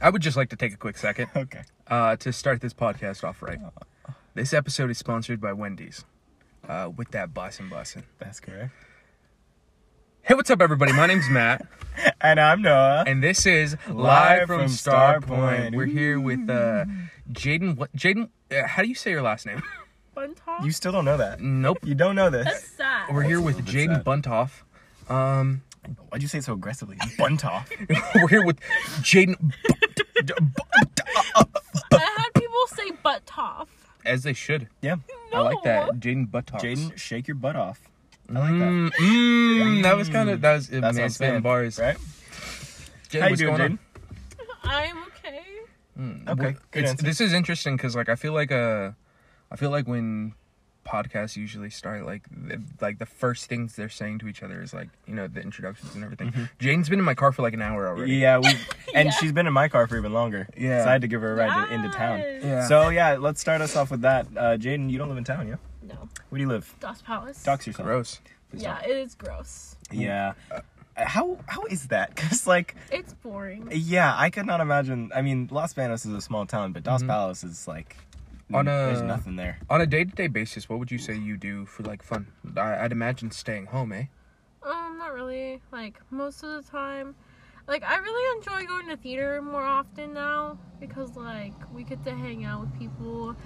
I would just like to take a quick second Okay. Uh. uh, to start this podcast off right. This episode is sponsored by Wendy's. Uh, with that bison bussin. That's correct. Hey, what's up, everybody? My name's Matt, And I'm Noah. and this is live, from, Star Point. We're here with uh, Jaden. What Jaden? Uh, how do you say your last name? Buntoff? you still don't know that. nope. You don't know That's this. sad. We're here with That's a little Jaden Buntoff. Um, Why'd you say it so aggressively? Buntoff. we're here with Jaden, I had people say butt toff. as they should. yeah. I like that. Jaden Buttoff. Jaden, shake your butt off. I like that. Mm, mm, that was kind of that was uh, man That's what I'm saying, spitting bars. Right? Jaden, How you what's doing, going on? Jaden? I'm okay. Okay. Good It's, answer. this is interesting because like I feel like uh, I feel like when podcasts usually start like th- like the first things they're saying to each other is like you know the introductions and everything. Jaden's been in my car for like an hour already. Mm-hmm. Yeah, we and Yeah. she's been in my car for even longer. Yeah. So I had to give her a ride to, into town. Nice. Yeah. So yeah, let's start us off with that. Uh, Jaden, you don't live in town, yeah? No. Where do you live? Doss Palace. Dox yourself. gross. Please Yeah, it is gross. don't. Yeah. Uh, how how is that? Cause like It's boring. yeah, I could not imagine. I mean, Los Banos is a small town, but Dos Palos is like Mm-hmm. On there's a- nothing there. On a day to day basis, what would you say you do for like fun? I, I'd imagine staying home, eh? Um, not really. Like most of the time. Like I really enjoy going to theater more often now because like we get to hang out with people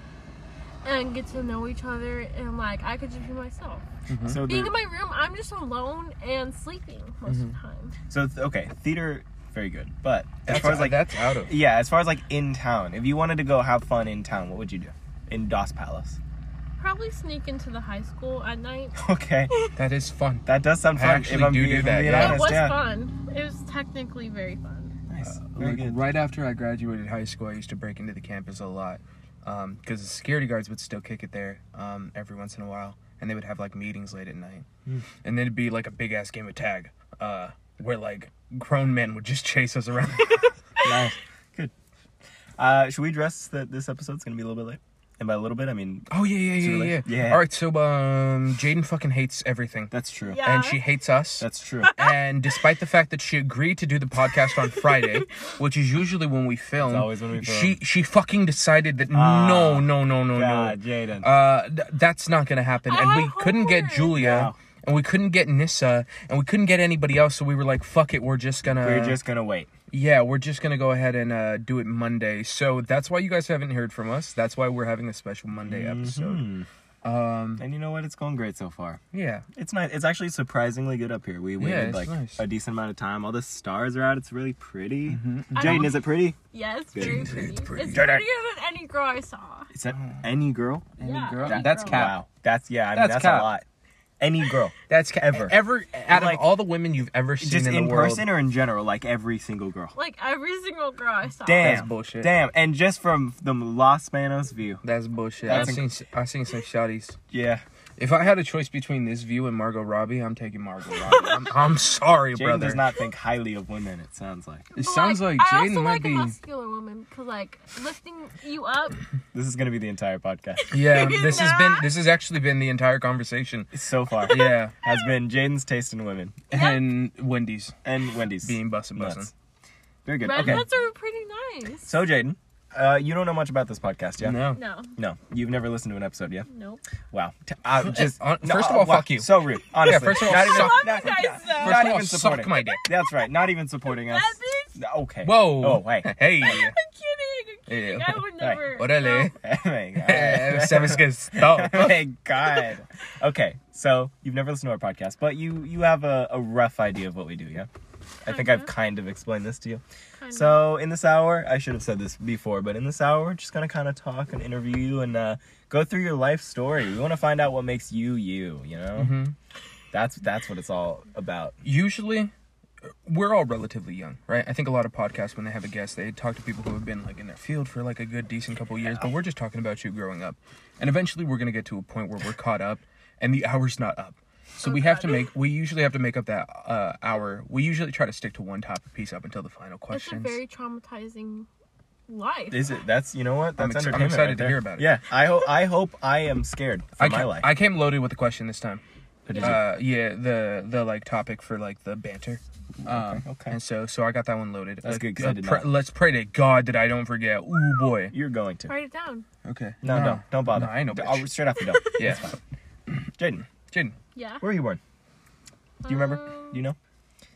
and get to know each other and like I could just be myself. Mm-hmm. So Being there, in my room, I'm just alone and sleeping most of the time. so th- okay, theater very good, but as far as like that's out of yeah, as far as like in town, if you wanted to go have fun in town, what would you do in Dos Palos? Probably sneak into the high school at night. Okay, that is fun. that does sound I fun. actually if I'm do being, do if that, I'm being yeah. It honest, was yeah. fun. It was technically very fun. Nice, very Uh, Like, good. right after I graduated high school, I used to break into the campus a lot because the security guards would still kick it there um, every once in a while, and they would have like meetings late at night, Hmm. and then it'd be like a big ass game of tag uh, where like grown men would just chase us around. nice. Good. Uh, should we address that this episode's gonna be a little bit late? And by a little bit, I mean oh yeah, yeah, yeah, really- yeah. Yeah. All right, so um, Jaden fucking hates everything, that's true. Yeah. and she hates us. That's true. and despite the fact that she agreed to do the podcast on Friday, which is usually when we film, It's always when we film. she she fucking decided that Ah, no, no, no, Oh, no, no, God, Jaden. uh, th- that's not gonna happen. I and we have couldn't get homework. Julia, No. and we couldn't get Nissa, and we couldn't get anybody else. So we were like, fuck it, we're just gonna, We're just gonna wait. yeah, we're just gonna go ahead and uh, do it Monday. So that's why you guys haven't heard from us. That's why we're having a special Monday Mm-hmm. episode. Um, And you know what? It's going great so far. yeah, It's nice. It's actually surprisingly good up here. We waited it's like nice. Mm-hmm, a decent amount of time. All the stars are out. It's really pretty. I Jaden, don't- is it pretty? Yes, Good. very It's pretty. It's pretty. prettier Jaden. than any girl I saw. Is that any girl? Any Yeah, girl- any Uh, that's girl. Cap. Wow. That's yeah. I mean, That's that's, cap. a lot. Any girl, that's ca- ever Ever. ever out Like, of all the women you've ever seen just in, in, the world. person or in general, like every single girl. Like every single girl I saw. Damn. That's bullshit. Damn. And just from the Los Manos view. That's bullshit. That's I've inc- seen I've seen some shotties. Yeah. If I had a choice between this view and Margot Robbie, I'm taking Margot Robbie. I'm, I'm sorry, Jaden brother. does not think highly of women. It sounds like it But, sounds like I Jaden also might like a be. muscular woman because like lifting you up. this is gonna be the entire podcast Yeah, He's this has been not. this has actually been the entire conversation. so far. Yeah, Has been Jaden's taste in women and Wendy's and Wendy's being bussin' Nuts. bussin'. Very good. Red okay. nuts are pretty nice. So Jaden, uh, you don't know much about this podcast, yeah? No. No. No, you've never listened to an episode, yeah? Nope. Wow. T- uh, just Hon- no, first of uh, all, wow. fuck you. So rude. Honestly, first of all, not even, suck- not, I love you guys, though. not First of all, even supporting. suck my dick. That's right. Not even supporting us. That bitch. Okay. Whoa. Oh wait. Hey. I'm kidding. I'm kidding. Ew. I would never. Orale. my god. Eh, Seven's gonna stop. oh my god. Okay. So you've never listened to our podcast, but you you have a, a rough idea of what we do, yeah? I think I've Kinda. kind of explained this to you. Kinda. So in this hour, I should have said this before, but in this hour, we're just gonna kind of talk and interview you and uh, go through your life story. We want to find out what makes you you. You know, Mm-hmm. that's that's what it's all about. usually we're all relatively young, right? I think a lot of podcasts when they have a guest, they talk to people who have been like in their field for like a good decent couple years, but we're just talking about you growing up. And eventually we're going to get to a point where we're caught up and the hour's not up. So we have to make we usually have to make up that uh, hour. We usually try to stick to one topic piece up until the final It's a questions. very traumatizing life. Is it? That's you know what? I'm That's ex- I'm entertainment. excited to right there. hear about it. Yeah, I hope I hope I am scared for I, my ca- life. I came loaded with a question this time. But is it- Uh, yeah, the the like topic for like the banter. Um, okay. And so, so I got that one loaded. That's Uh, good, 'cause I uh, did pr- not. Let's pray to God that I don't forget. Ooh boy. You're going to. Write it down. Okay. No, no, don't bother. No, I ain't no D- bitch. I'll- straight off the dome. Yeah. It's fine. Jaden, Jaden. Yeah. where were you born? Do you remember? Do you know?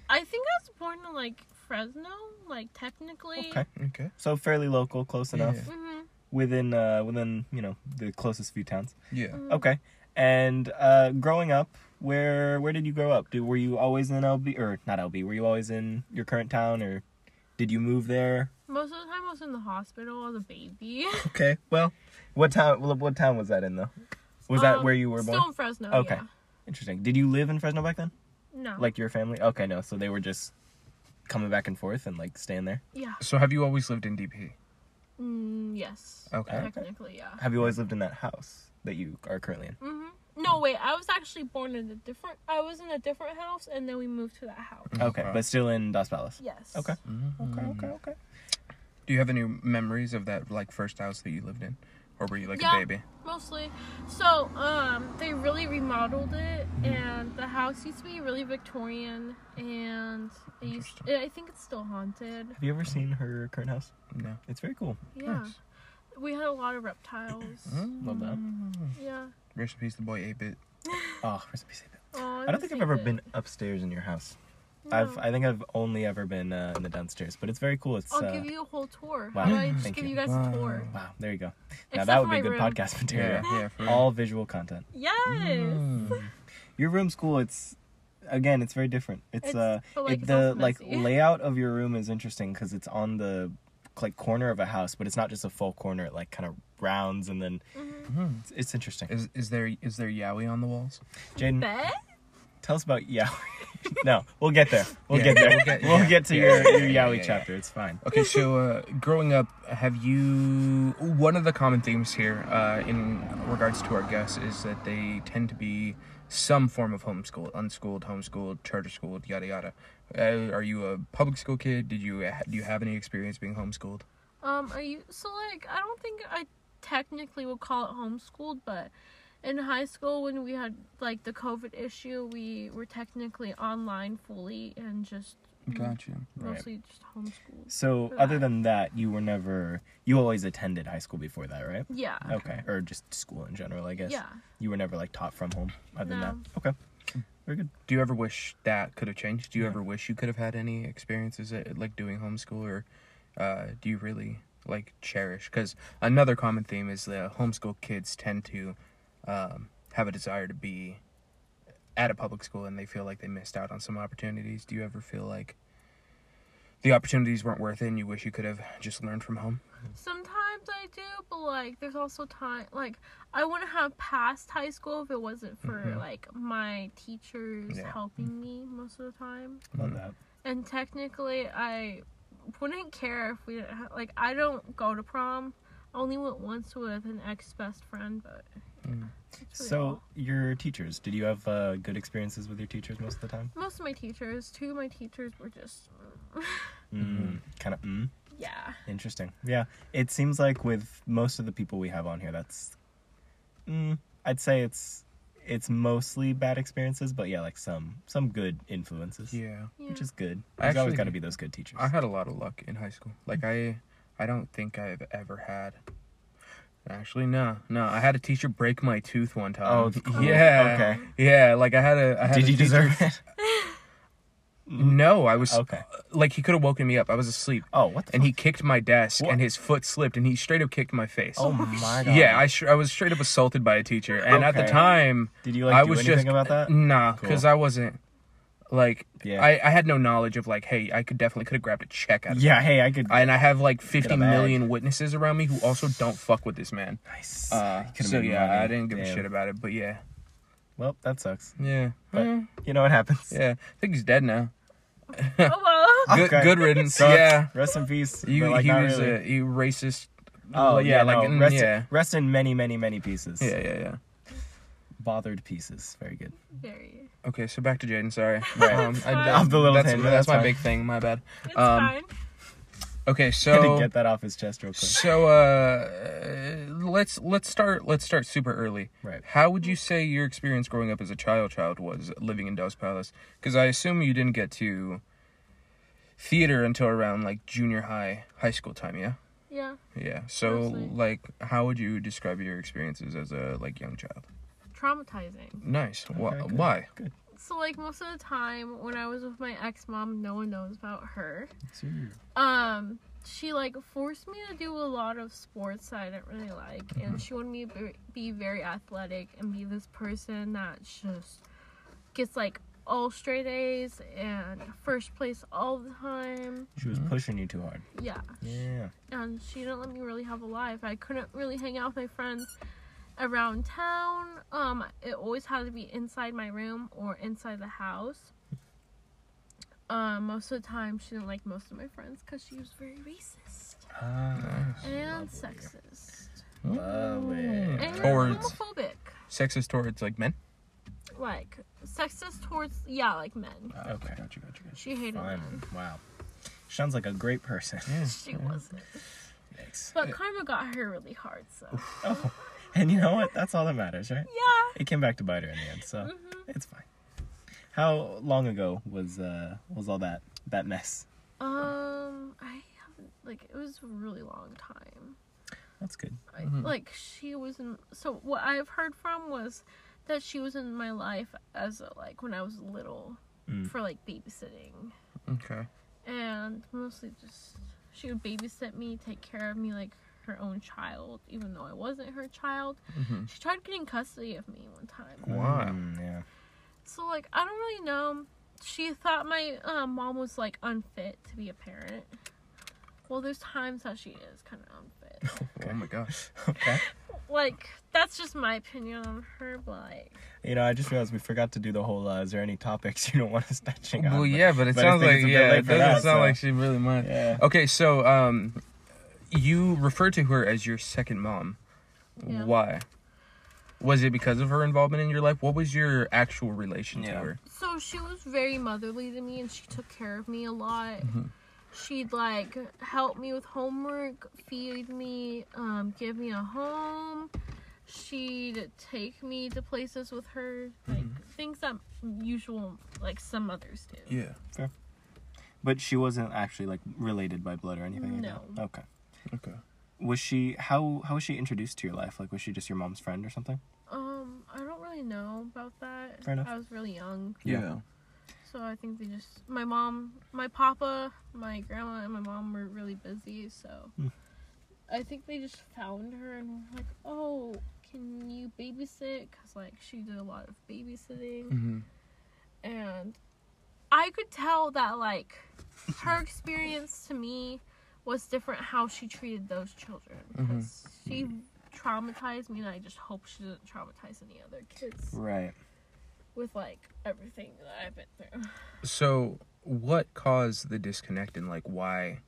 I think I was born in like Fresno, like technically. Okay. Okay. So fairly local, close enough. Yeah. hmm Within uh within, you know, the closest few towns. Yeah. Mm. Okay. And uh growing up, where where did you grow up? Do were you always in LB or not LB? Were you always in your current town or did you move there? Most of the time, I was in the hospital as a baby. Okay. Well, what town well, what town was that in though? Was that Um, where you were born? Still in Fresno. Okay. Yeah. Interesting. Did you live in Fresno back then? No. Like your family? Okay, no. So they were just coming back and forth and like staying there. Yeah. So have you always lived in DP? Mm, yes. Okay. Okay. Technically, yeah. Have you always lived in that house that you are currently in? hmm No, wait. I was actually born in a different. I was in a different house, and then we moved to that house. Okay, Okay. but still in Dos Palos. Yes. Okay. Okay, okay, okay. Do you have any memories of that like first house that you lived in, or were you like Yeah. a baby? Mostly. So, um, they really remodeled it, Mm-hmm. and the house used to be really Victorian, and it used, Interesting. I think it's still haunted. Have you ever seen her current house? No. It's very cool. Yeah. Nice. We had a lot of reptiles. Love that. yeah. Rest in peace, the boy ate it. Oh, rest in peace, Abel. Oh, I don't think I've ever miss been upstairs in your house. I've No. I think I've only ever been uh, in the downstairs, but it's very cool. It's I'll uh, give you a whole tour. wow, Mm-hmm. How about I just thank give you. you guys Wow. a tour? wow. There you go. Now Except that for would be my good room. podcast material. yeah. For real. All visual content. Yes. Mm. Your room's cool. It's again, it's very different. It's, It's- uh, but, like, it, it's the also like messy. layout of your room is interesting because it's on the like corner of a house, but it's not just a full corner. It like kind of rounds and then Mm-hmm. Hmm, Mhm. it's, it's interesting. Is is there is there Yowie on the walls? Jaden, Bet? tell us about Yowie. no, we'll get there. We'll Yeah, get there. we'll We'll get- yeah, get, to yeah, your, yeah, your yeah, Yowie yeah, chapter. It's fine. Okay, so uh, growing up, have you one of the common themes here uh, in regards to our guests is that they tend to be some form of homeschooled, unschooled, homeschooled, charter schooled, yada yada. Uh, are you a public school kid? Did you do you have any experience being homeschooled? Um, are you so like I don't think I technically would call it homeschooled, but in high school when we had like the COVID issue, we were technically online fully and just Gotcha. Right. mostly just homeschooled. So, other than that, you were never. You always attended high school before that, right? Yeah. Okay. Or just school in general, I guess. Yeah. You were never like taught from home other than that. No. Okay. Very good. Do you ever wish that could have changed? Do you ever wish you could have had any experiences at, like doing homeschool, or uh, do you really like cherish? Because another common theme is that homeschool kids tend to um, have a desire to be at a public school, and they feel like they missed out on some opportunities. Do you ever feel like the opportunities weren't worth it, and you wish you could have just learned from home? Sometimes I do, but like there's also time like I wouldn't have passed high school if it wasn't for like my teachers Mm-hmm. Yeah. helping me most of the time. Mm-hmm. Love that. And technically, I wouldn't care if we didn't have, like, I don't go to prom. I only went once with an ex best friend, but. Mm. that's really So, all. your teachers, did you have uh, good experiences with your teachers most of the time? Most of my teachers, two of my teachers were just. Mm-hmm. Mm. Kind of, mm. Yeah. Interesting. Yeah. It seems like with most of the people we have on here, that's. Mm, I'd say it's it's mostly bad experiences, but yeah, like some some good influences. Yeah. yeah. Which is good. I There's always actually- got to be those good teachers. I had a lot of luck in high school. Like I, I don't think I've ever had. Actually, no, no. I had a teacher break my tooth one time. Oh, yeah, okay, yeah. Like I had a. I had Did a you teacher- deserve it? No, I was Okay. Like he could have woken me up. I was asleep, Oh, what the and he kicked my desk, What? and his foot slipped, and he straight up kicked my face. Oh my god. Yeah, I, sh- I was straight up assaulted by a teacher, and at the Okay. time, Did you like I do was anything just about that? nah, Cool. because I wasn't like Yeah. I, I had no knowledge of like hey I could definitely could have grabbed a check out of Yeah, hey, I could. I- and I have like 50 a bag. million witnesses around me who also don't fuck with this man. nice. Uh, Could've so made yeah, money. I didn't give a Damn. shit about it, but yeah, Well, that sucks. yeah, But Mm, you know what happens. yeah. I think he's dead now. oh, well. Good, Okay. good riddance. Sucks. Yeah, Rest in peace. you, but, like, he not was really. a you racist. Oh well, yeah, like mm, rest, yeah, rest in many, many, many pieces. yeah, yeah, yeah. bothered pieces. Very good. Very. Okay, so back to Jaden. Sorry, Right. um, I, fine. that's, Off the little that's, tangent, that's that's my fine. big thing. My bad. It's Um, fine. Okay, Had so to get that off his chest real quick. so uh, let's let's start let's start super early. Right. How would you say your experience growing up as a child child was living in Dos Palace? Because I assume you didn't get to theater until around like junior high, high school time, yeah? Yeah, Yeah. So Mostly. like how would you describe your experiences as a like young child? traumatizing. Nice. Why? Okay, good. why? Good. So like most of the time when I was with my ex mom, no one knows about her. It's you. um she like forced me to do a lot of sports that I didn't really like, and she wanted me to be- be very athletic and be this person that just gets like all straight A's and first place all the time. She was uh-huh. pushing you too hard. Yeah, Yeah. and she didn't let me really have a life. I couldn't really hang out with my friends around town. Um, it always had to be inside my room or inside the house. Um, most of the time, she didn't like most of my friends because she was very racist Ah, and sexist love it. and Towards- homophobic. Sexist towards like men? Like sexist towards yeah, like men. Ah, Okay. Gotcha, gotcha, gotcha. She hated Fun. men. Wow. Sounds like a great person. She wasn't, Yikes. but karma got her really hard. So Oh, and you know what? That's all that matters, right? yeah, It came back to bite her in the end, so it's fine. How long ago was uh was all that that mess? um, I haven't like it was a really long time. That's good. I, like she was in so what i've heard from was that she was in my life as a, like when i was little Mm. for like babysitting Okay. and mostly just she would babysit me take care of me like her own child even though i wasn't her child Mhm. she tried getting custody of me one time Why? Mm, yeah. so like i don't really know she thought my uh, mom was like unfit to be a parent well there's times that she is kind of unfit Oh my gosh. Okay. like that's just my opinion on her but like You know, I just realized we forgot to do the whole. Uh, is there any topics you don't want us touching on? Well, yeah, but it but I sounds think like it's a bit yeah, late it for doesn't that, sound so- like she really mind. Yeah. Okay, so um, you refer to her as your second mom. Yeah. Why? Was it because of her involvement in your life? What was your actual relation to Yeah. her? so she was very motherly to me and she took care of me a lot Mm-hmm. she'd like help me with homework feed me um, give me a home she'd take me to places with her like Mm-hmm. things that usual like some mothers do Yeah. But she wasn't actually like related by blood or anything. Like that? No. Okay. Okay. Was she how how was she introduced to your life? Like was she just your mom's friend or something? um i don't really know about that Fair enough. i was really young Yeah. so i think they just my mom my papa my grandma and my mom were really busy so Hmm. i think they just found her and were like oh can you babysit because like she did a lot of babysitting Mm-hmm. and i could tell that like her experience to me was different how she treated those children because she traumatized me and i just hope she didn't traumatize any other kids Right. with like everything that i've been through So, what caused the disconnect, and like why?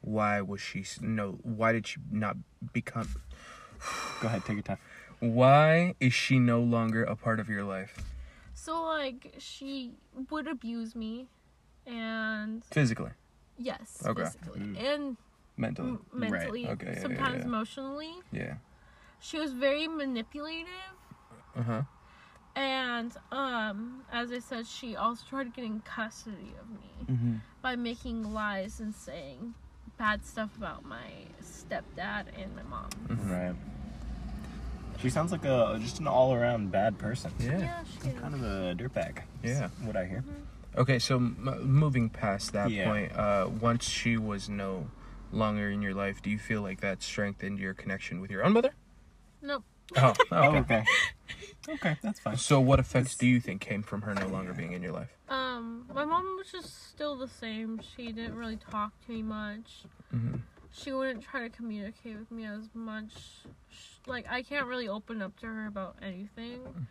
Why was she s- no? Why did she not become? Go ahead, take your time. Why is she no longer a part of your life So like she would abuse me, and physically, yes, Okay. physically Mm. and mentally? m- mentally, Okay, yeah, yeah, sometimes yeah. emotionally. Yeah. She was very manipulative, Uh huh. and um, as I said, she also tried getting custody of me Mm-hmm. by making lies and saying bad stuff about my stepdad and my mom. Right. She sounds like a just an all around bad person. Yeah. she did. Kind of a dirtbag. is Yeah. What I hear. Okay, so m- moving past that Yeah. point, uh, once she was no longer in your life, do you feel like that strengthened your connection with your own mother? Nope. Oh, Oh, okay. okay. okay, that's fine. So, what effects do you think came from her no longer being in your life? Um, my mom was just still the same. She didn't really talk to me much. Mhm. She wouldn't try to communicate with me as much. Sh like, I can't really open up to her about anything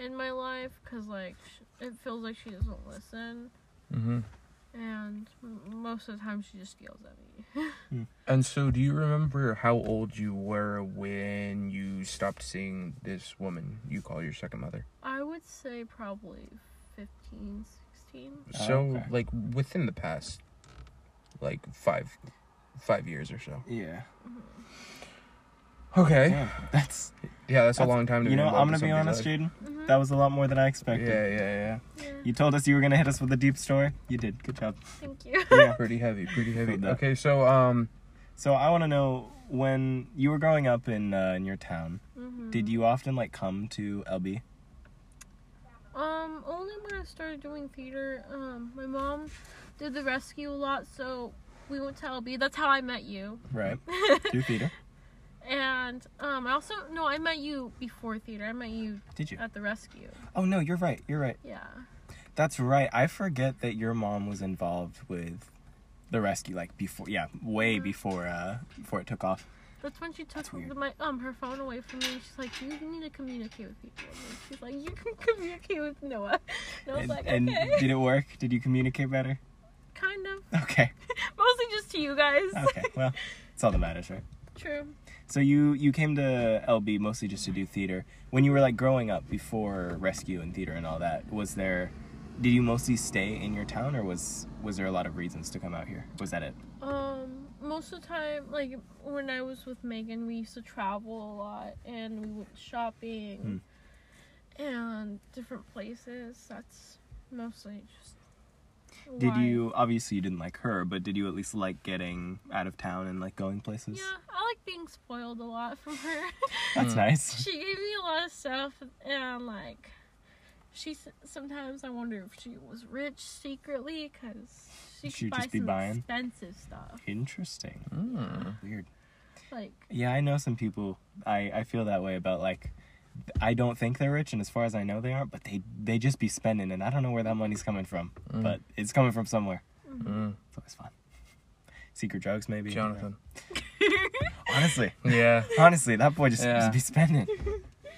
in my life because, like, sh- it feels like she doesn't listen. Mm-hmm. And m- most of the time, she just yells at me. And so, do you remember how old you were when you stopped seeing this woman you call your second mother? I would say probably 15, 16. so, okay. like within the past, like five, five years or so. Yeah. Okay. Damn, that's Yeah, that's, a long time to You be know, I'm involved in gonna be honest, somebody's Jaden. Mhm. That was a lot more than I expected. life. Yeah, yeah, Yeah, You told us you were gonna hit us with a deep story. You did. Good job. thank you. yeah. Yeah. Pretty heavy, pretty heavy. Feel that. Okay, so um, so I want to know when you were growing up in uh, in your town, Mhm. did you often like come to LB? Um, only when I started doing theater, um, my mom did the rescue a lot, so we went to LB. That's how I met you. Right. to theater. and um, I also no, I met you before theater. I met you Did you? at the rescue. Oh no, you're right. You're right. Yeah. That's right. I forget that your mom was involved with the rescue like before yeah, Mm-hmm. way before uh before it took off. That's when she took weird. the, my um her phone away from me. and She's like, "You need to communicate with people." And she's like, "You can communicate with Noah." And I was And, like, and "Okay, did it work? Did you communicate better? kind of." Okay. Mostly just to you guys. Okay. Well, it's all that matters, right? True. So you you came to LB mostly just to do theater. When you were like growing up before rescue and theater and all that, was there did you mostly stay in your town or was was there a lot of reasons to come out here? Was that it? Um, most of the time, like when I was with Megan, we used to travel a lot, and we went shopping Hmm. and different places. That's mostly just. Did why- you um, obviously you didn't like her, but did you at least like getting out of town and like going places? Yeah, I like being spoiled a lot from her. That's Mm. nice. she gave me a lot of stuff, and like, she s- sometimes I wonder if she was rich secretly because she She'd could buy just be some buying? expensive stuff. Interesting. mm, Weird. Like, Yeah, I know some people. I I feel that way about like. I don't think they're rich, and as far as I know, they aren't. But they they just be spending, and I don't know where that money's coming from. Mm. But it's coming from somewhere. mm, It's always fun. Secret drugs, maybe. Jonathan. Honestly, Yeah. honestly, that boy just, Yeah. just be spending.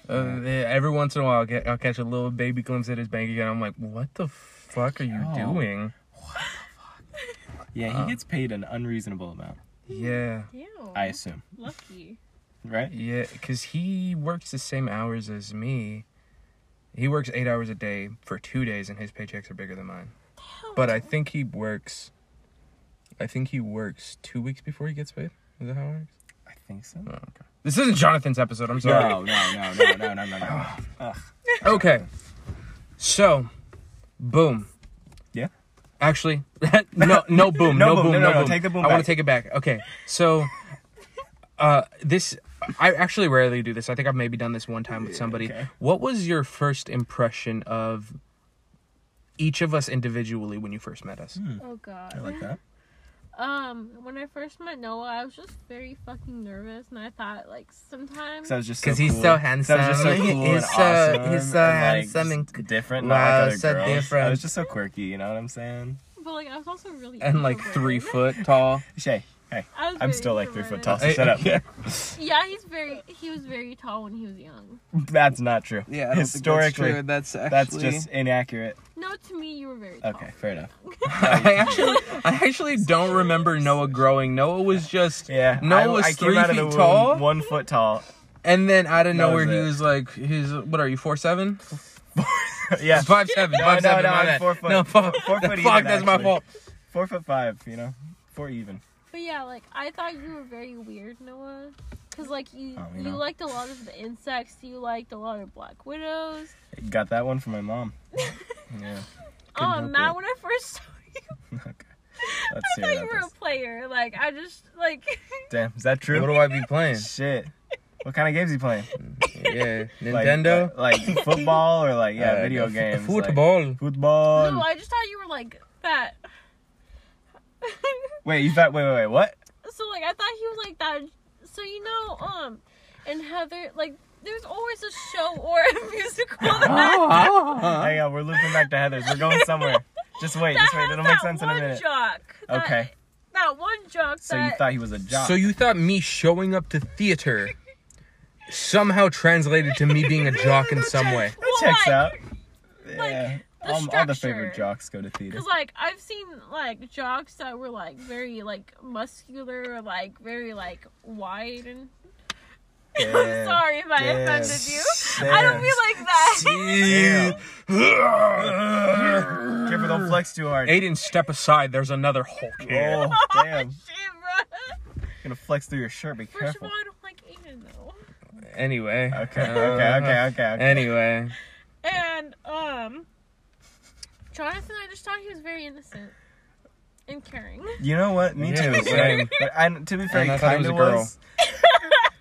Uh, yeah, every once in a while, I'll, get, I'll catch a little baby glimpse at his bank account. I'm like, what the fuck are you Oh. doing? Yeah, he Uh. gets paid an unreasonable amount. Yeah, ew, I assume, lucky. right? yeah, because he works the same hours as me. He works eight hours a day for two days, and his paychecks are bigger than mine. But I think he works. I think he works two weeks before he gets paid. Is that how it works? I think so. Oh, okay. This isn't Jonathan's episode. I'm sorry. No, no, no, no, no, no, no, no. Ugh. Okay. So, boom. Yeah? Actually, no, no boom, No no, boom, boom, no, no, no, no, boom. take the boom I want back. to take it back. Okay, so, uh, this I actually rarely do this. I think I've maybe done this one time with somebody. okay. What was your first impression of each of us individually when you first met us? Hmm. Oh god. I like that. Um, when I first met Noah, I was just very fucking nervous, and I thought like sometimes Because I was just Because so he's cool. so 'Cause I was just so handsome. cool and He's so- awesome he's so and, like, handsome just different. not Wow, like other so girls. I different. was just so quirky. You know what I'm saying? but like I was also really and like three introverted. foot tall. Shay, hey, I was I'm very still like three foot tall. introverted. So shut up. Yeah, he's very he was very tall when he was young. that's not true. Yeah, I don't historically, think that's, true. that's that's, actually just inaccurate. No, to me you were very tall. Okay, fair enough. I actually, I actually don't remember Noah growing. Noah was just Yeah, Noah I, was I came three out feet of the womb tall, one foot tall. and then out of That nowhere was he it. was like, he's what are you four seven? yeah, Five seven, No, five no, seven. no, my I'm bad. four foot- No, four, four fuck, foot even, that's my actually. fault. four foot five. You know, four even. But yeah, like I thought you were very weird, Noah. Cause like you, Oh, you you know. liked a lot of the insects, you liked a lot of black widows. Got that one from my mom. Yeah. Couldn't Oh, help Matt, it. when I first saw you, Okay. Let's I see thought you about were a this. player. Like I just like Damn, is that What true? do I be playing? Shit. What kind of games you playing? Yeah, Like- Nintendo. like, football or like yeah, Uh, video f- games. like- Football. football. No, I just thought you were like that. Wait, you thought wait wait wait what? so like I thought he was like that. So you know, um, and Heather, like there's always a show or a musical that, Oh, Uh-huh. Hang on, we're looping back to Heather's. We're going somewhere. Just wait, that just wait. has It'll that make sense in a one minute. jock. That, Okay. That one jock. So you that, thought he was a jock. So you thought me showing up to theater somehow translated to me being a jock in some way? that checks Well, out. like, Yeah. the all, all the structure. favorite jocks go to theater. Cause like I've seen like jocks that were like very like muscular, or, like very like wide, and I'm sorry if I offended you. I don't feel like that. like Careful, don't flex too hard. Aiden, step aside. There's another Hulk here. Oh, damn. Shit, bruh. Gonna flex through your shirt. Be First of careful. all, I don't like Aiden though. Anyway. Okay, Uh, okay, okay, okay, okay. Anyway. And um, Jonathan, I just thought he was very innocent and caring. You know what? Me Yeah, too. same. But I, to be fair, And I thought you it kind was a of girl. was.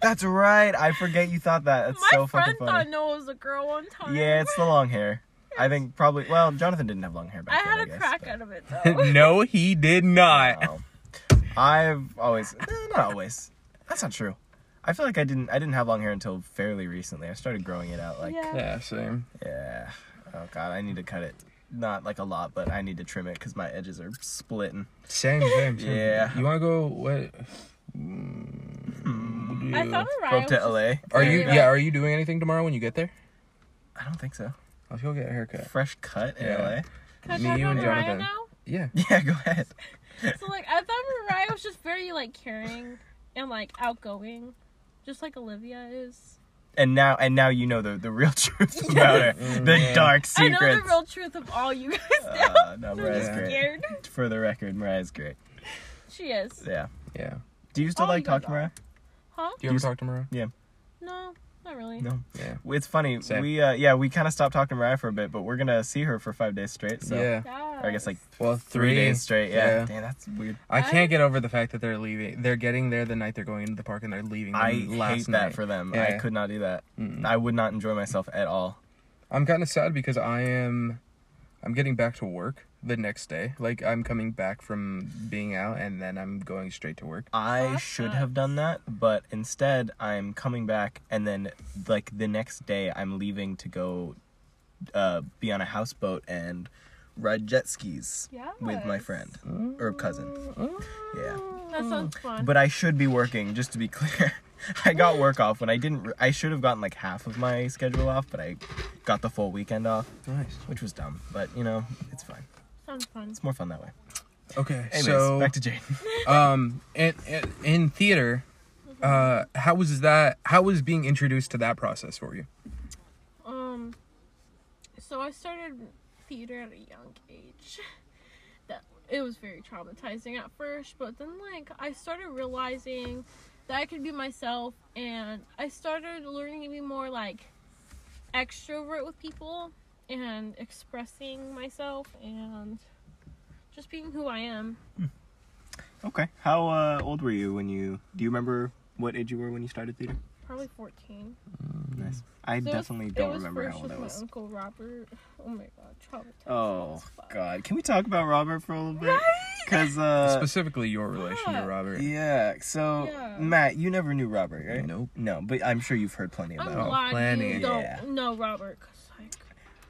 That's right. I forget you thought that. That's My so fucking friend funny. thought Noah was a girl one time. Yeah, it's the long hair. I think probably. Well, Jonathan didn't have long hair I back then. had a guess, crack but- out of it though. no, he did not. Oh. I've always no, not always. That's not true. I feel like I didn't. I didn't have long hair until fairly recently. I started growing it out. Like yeah. Yeah. Yeah, same. Oh god, I need to cut it. Not like a lot, but I need to trim it because my edges are splitting. Same, same, same. Yeah. You want to go? What? I thought Go Orion. up to LA. Are you? Yeah. Yeah. Are you doing anything tomorrow when you get there? I don't think so. Let's go get a haircut. Fresh cut in Yeah. LA. Can Me, I talk you, about and Mariah Jonathan. now? Yeah. Yeah, go ahead. So like I thought Mariah was just very like caring and like outgoing, just like Olivia is. And now, and now you know the the real truth about her. The Mm. dark I know secrets. the real truth of all you guys now. Uh, no, I'm Mariah's just great. scared. great. For the record, Mariah's great. She is. Yeah. Yeah. Do you still Oh, like you guys talking to Mariah? Huh? Do you ever talk tomorrow? No, not really. No. Yeah. It's funny. Same. We uh yeah, we kind of stopped talking to Mariah for a bit, but we're gonna see her for five days straight. So Yeah. Yeah. or I guess like Well, three, three, days straight. Yeah. yeah. Damn, that's weird. I I- can't get over the fact that they're leaving. They're getting there the night they're going into the park, and they're leaving. I the last hate night. that for them. I Yeah. could not do that. Mm. I would not enjoy myself at all. I'm kind of sad because I am, I'm getting back to work the next day. Like I'm coming back from being out, and then I'm going straight to work. I That should sucks. have done that, but instead I'm coming back and then like the next day I'm leaving to go uh be on a houseboat and ride jet skis with my Yes. friend or cousin. Yeah. That sounds fun. hmm. But I should be working, just to be clear. I got work off when I didn't. re- I should have gotten like half of my schedule off, but I got the full weekend off, Nice. which was dumb. But you know, it's fine. sounds fun. It's more fun that way. Okay. Anyways, so back to Jaden. um, in, in, in theater, uh, how was that? How was being introduced to that process for you? Um, so I started theater at a young age. That it was very traumatizing at first, but then like I started realizing that I could be myself, and I started learning to be more like extrovert with people and expressing myself and just being who I am. Okay, how uh, old were you when you? Do you remember what age you were when you started theater? Probably 14. Mm. Nice. I So it was- definitely it don't was remember first how old with I my was. Uncle Robert. Oh my god, traumatizing. Oh as fuck. God, can we talk about Robert for a little bit? Because uh, Specifically, your relation to yeah. Robert. yeah. So Yeah. Matt, you never knew Robert, right? Nope. No, but I'm sure you've heard plenty I'm about. him. glad planning. you don't Yeah. know Robert. 'cause, like,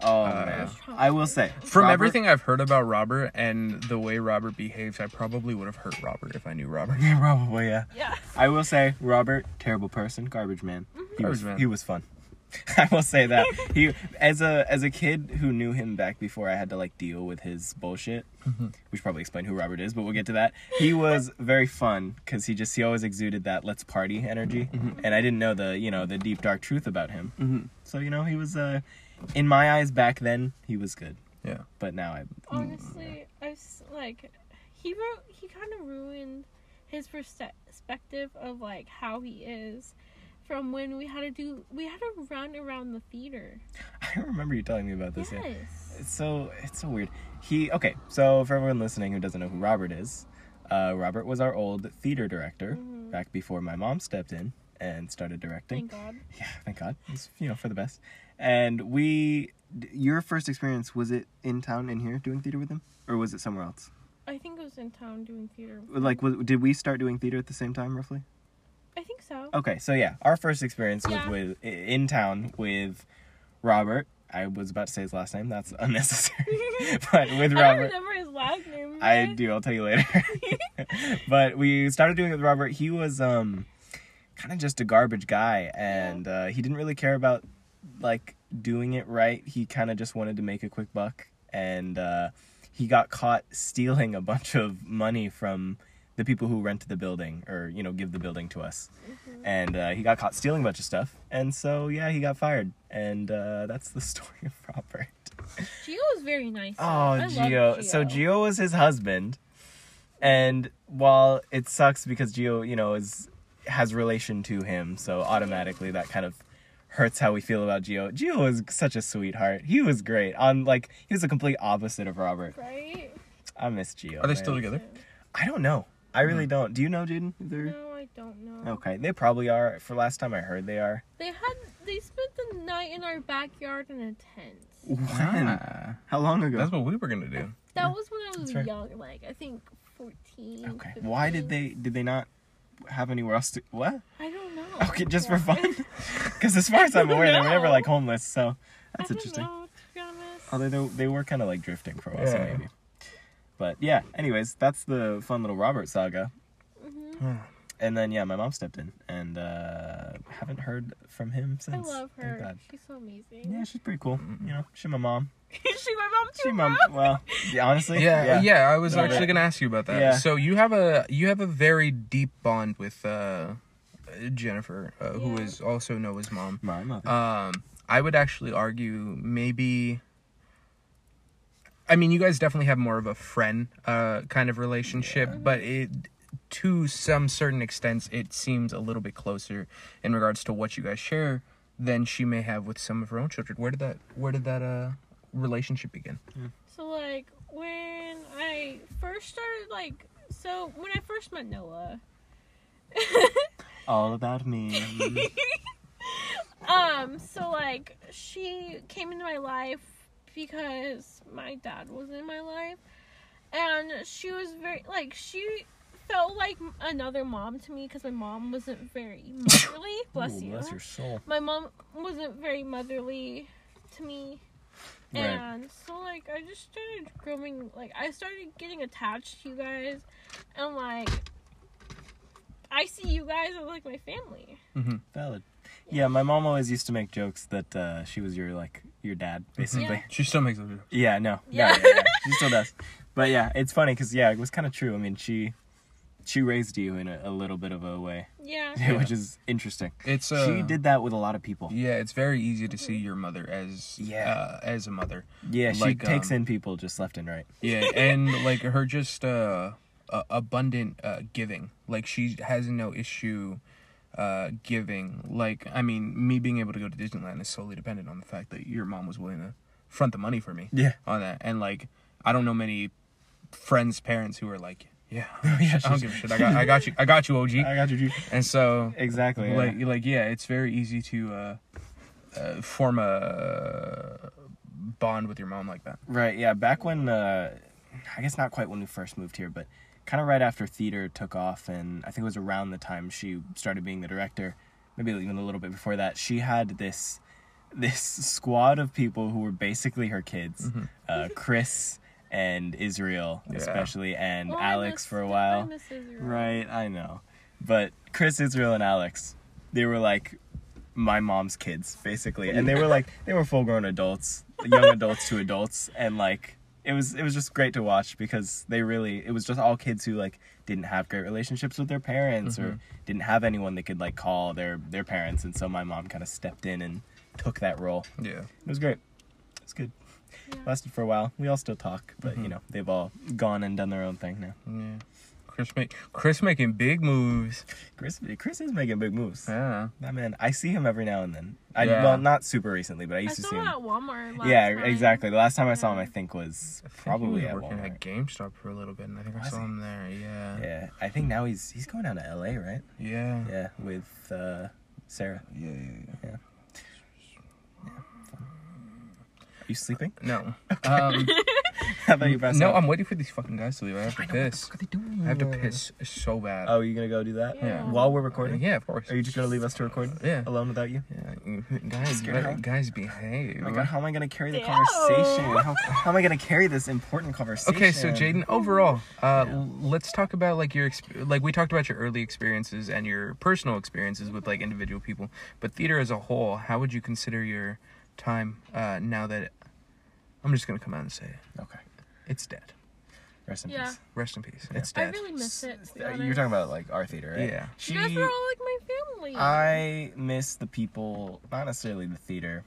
Oh Uh, man, Yeah. I will say From Robert- everything I've heard about Robert and the way Robert behaves, I probably would have hurt Robert if I knew Robert. Yeah, probably oh, yeah. yeah. I will say Robert, terrible person, garbage man. He was Garbage man. he was fun. I will say that he as a as a kid who knew him back before I had to like deal with his bullshit. Mm-hmm. We should probably explain who Robert is, but we'll get to that. He was very fun because he just he always exuded that let's party energy, Mm-hmm. and I didn't know the you know the deep dark truth about him. So you know he was uh, in my eyes back then he was good, Yeah. but now I Honestly, I s- like he wrote. He kind of ruined his perse- perspective of like how he is from when we had to do. We had to run around the theater. I remember you telling me about this. yeah. Yes. It's so it's so weird. He okay. So for everyone listening who doesn't know who Robert is, uh, Robert was our old theater director back before my mom stepped in and started directing. Mm-hmm. Thank God. Yeah, thank God. It's you know for the best. And we, d- your first experience was it in town in here doing theater with him, or was it somewhere else? I think I was in town doing theater. Like, was, did we start doing theater at the same time roughly? I think so. Okay, so yeah, our first experience Yeah. was with i- in town with Robert. I was about to say his last name. That's unnecessary. but with I don't Robert. remember his last name. I but- do. I'll tell you later. but we started doing it with Robert. He was um, kind of just a garbage guy, and uh, he didn't really care about like doing it right. He kind of just wanted to make a quick buck, and uh, he got caught stealing a bunch of money from the people who rent the building or you know give the building to us. And uh, he got caught stealing a bunch of stuff, and so yeah, he got fired. And uh, that's the story of Robert. Gio was very nice. though. Oh, I love Geo. So Geo was his husband, and while it sucks because Geo, you know, is has relation to him, so automatically that kind of hurts how we feel about Gio. Gio was such a sweetheart. He was great. On like he was the complete opposite of Robert. Right? I miss Gio. Are they man. still together? Mm. I don't know. I really don't. Do you know, Jaden? They're No, I don't know. okay. They probably are. For last time I heard, they are. They had they spent the night in our backyard in a tent. When? How long ago? That's what we were gonna do. That was when I was that's right. young, like I think fourteen. Okay. Why did 15. they did they not have anywhere else to what? I don't know. Okay, just for Yeah. fun. Because as far as I'm I don't aware, they were never know. like homeless. So that's I don't interesting. Uh, Know, to be honest. Although they they were kind of like drifting for a while, so Yeah. maybe. But yeah. Anyways, that's the fun little Robert saga. Mhm. And then yeah, my mom stepped in, and uh, haven't heard from him I since. love Thank her. God. She's so amazing. Yeah, she's pretty cool. You know, she's my mom. she's my mom too. She mom. Well, yeah, honestly. Yeah, yeah. I was No, actually yeah. gonna ask you about that. Yeah. So you have a you have a very deep bond with uh, Jennifer, uh, who Yeah. is also Noah's mom. My mother. Um, I would actually argue maybe. I mean, you guys definitely have more of a friend uh, kind of relationship, but it to some certain extents it seems a little bit closer in regards to what you guys share than she may have with some of her own children. Where did that Where did that uh, relationship begin? So like when I first started like so when I first met Noah, All about me. um, so like she came into my life because my dad was in my life, and she was very like she felt like another mom to me because my mom wasn't very motherly. Bless Ooh, you. Bless your soul. my mom wasn't very motherly to me. Right. And so like I just started growing like I started getting attached to you guys and like I see you guys as like my family. Valid. Yeah, my mom always used to make jokes that uh, she was your like your dad, basically. She still makes a video. Yeah, no, Yeah. yeah. yeah, yeah. she still does. But yeah, it's funny because yeah, it was kind of true. I mean, she she raised you in a, a little bit of a way, Yeah. which is interesting. It's uh, she did that with a lot of people. Yeah, it's very easy to see your mother as Yeah. uh, as a mother. Yeah, she Like, takes um, in people just left and right. Yeah, and like her just uh, uh abundant uh giving. Like she has no issue uh giving. Like I mean, me being able to go to Disneyland is solely dependent on the fact that your mom was willing to front the money for me Yeah. on that. And like I don't know many friends parents who are like, yeah, Yeah, I don't she's- give a shit. I got I got you. I got you, I OG. got you. dude. And so Exactly. yeah. like like yeah it's very easy to uh, uh form a bond with your mom like that Right, yeah. Back when, uh, I guess not quite when we first moved here, but kind of right after theater took off, and I think it was around the time she started being the director, maybe even a little bit before that. She had this this squad of people who were basically her kids, uh, Chris and Israel, especially, and Oh, I Alex miss- for a I while. miss Israel. Right, I know. But Chris, Israel, and Alex, they were like my mom's kids, basically. And they were like they were full grown adults, young adults to adults, and like it was it was just great to watch because they really it was just all kids who like didn't have great relationships with their parents or didn't have anyone they could like call their their parents and so my mom kind of stepped in and took that role. yeah It was great. It's good. Yeah. Lasted for a while. We all still talk, but you know, they've all gone and done their own thing now. yeah chris make chris making big moves Chris Chris is making big moves. yeah That man, I see him every now and then. I Yeah. well, not super recently, but I I used to saw see him him. at Walmart last yeah, time. exactly. The last time I saw him, Yeah. I think was I think he probably was at working Walmart. at GameStop for a little bit, and I think I Was saw he? him there. Yeah, yeah, Yeah, I think now he's he's going down to L.A. Right? yeah, yeah. Yeah, with uh, Sarah. yeah, Yeah. Are you sleeping? No, um, I thought you were about to no, say- I'm waiting for these fucking guys to leave. I have to I know, what the piss. fuck are they doing? I have to piss so bad. Oh, you're gonna go do that? Yeah. While we're recording? yeah, of course. Are you just gonna leave us to record? Yeah. Alone without you? Yeah, guys, Scared, huh? guys, behave. Oh my god, how am I gonna carry the Ew. conversation? How, how am I gonna carry this important conversation? Okay, so Jaden, overall, uh, l- let's talk about like your exp- like we talked about your early experiences and your personal experiences with like individual people, but theater as a whole, how would you consider your time uh, now that I'm just gonna come out and say it. Okay. it's dead. Rest in Yeah. peace. Rest in peace. It's I dead. really miss it. to be Uh, You're honest. talking about like our theater, right? Yeah. She, You guys were all like my family. I miss the people, not necessarily the theater,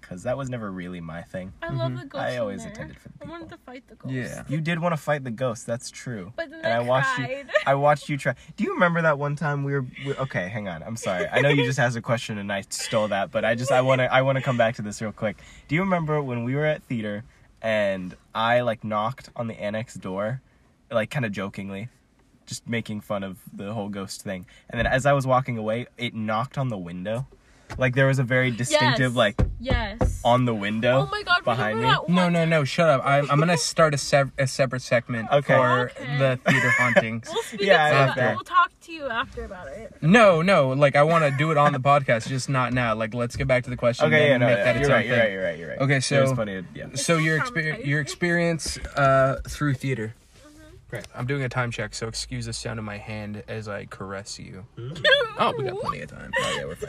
because that was never really my thing. I love Mhm. the ghost. mm-hmm. I always in there. intended for the I wanted to people. fight the ghost. Yeah. You did want to fight the ghost. That's true. But then and I, I watched you. cried. I watched you try. Do you remember that one time we were, we okay? Hang on. I'm sorry. I know you just asked a question and I stole that, but I just I want to I want to come back to this real quick. Do you remember when we were at theater and I like knocked on the annex door, like kind of jokingly, just making fun of the whole ghost thing, and then as I was walking away, it knocked on the window. Like there was a very distinctive Yes. like Yes. on the window oh my god, behind me. remember that one? No, no, no! Shut up! I, I'm gonna start a, sev- a separate segment Okay. for Okay. the theater hauntings. We'll speak Yeah, I yeah, like about that. We'll talk to you after about it. No, no, like I want to do it on the podcast, just not now. Like, let's get back to the question. and Okay, yeah, no, make yeah, that its you're own right, you're thing. right, you're right, you're right. Okay, It was so- funny, yeah. So your It's so exper- traumatizing. your experience uh, through theater. Great. I'm doing a time check, so excuse the sound of my hand as I caress you. Oh, we got plenty of time. Oh, yeah, we're fine.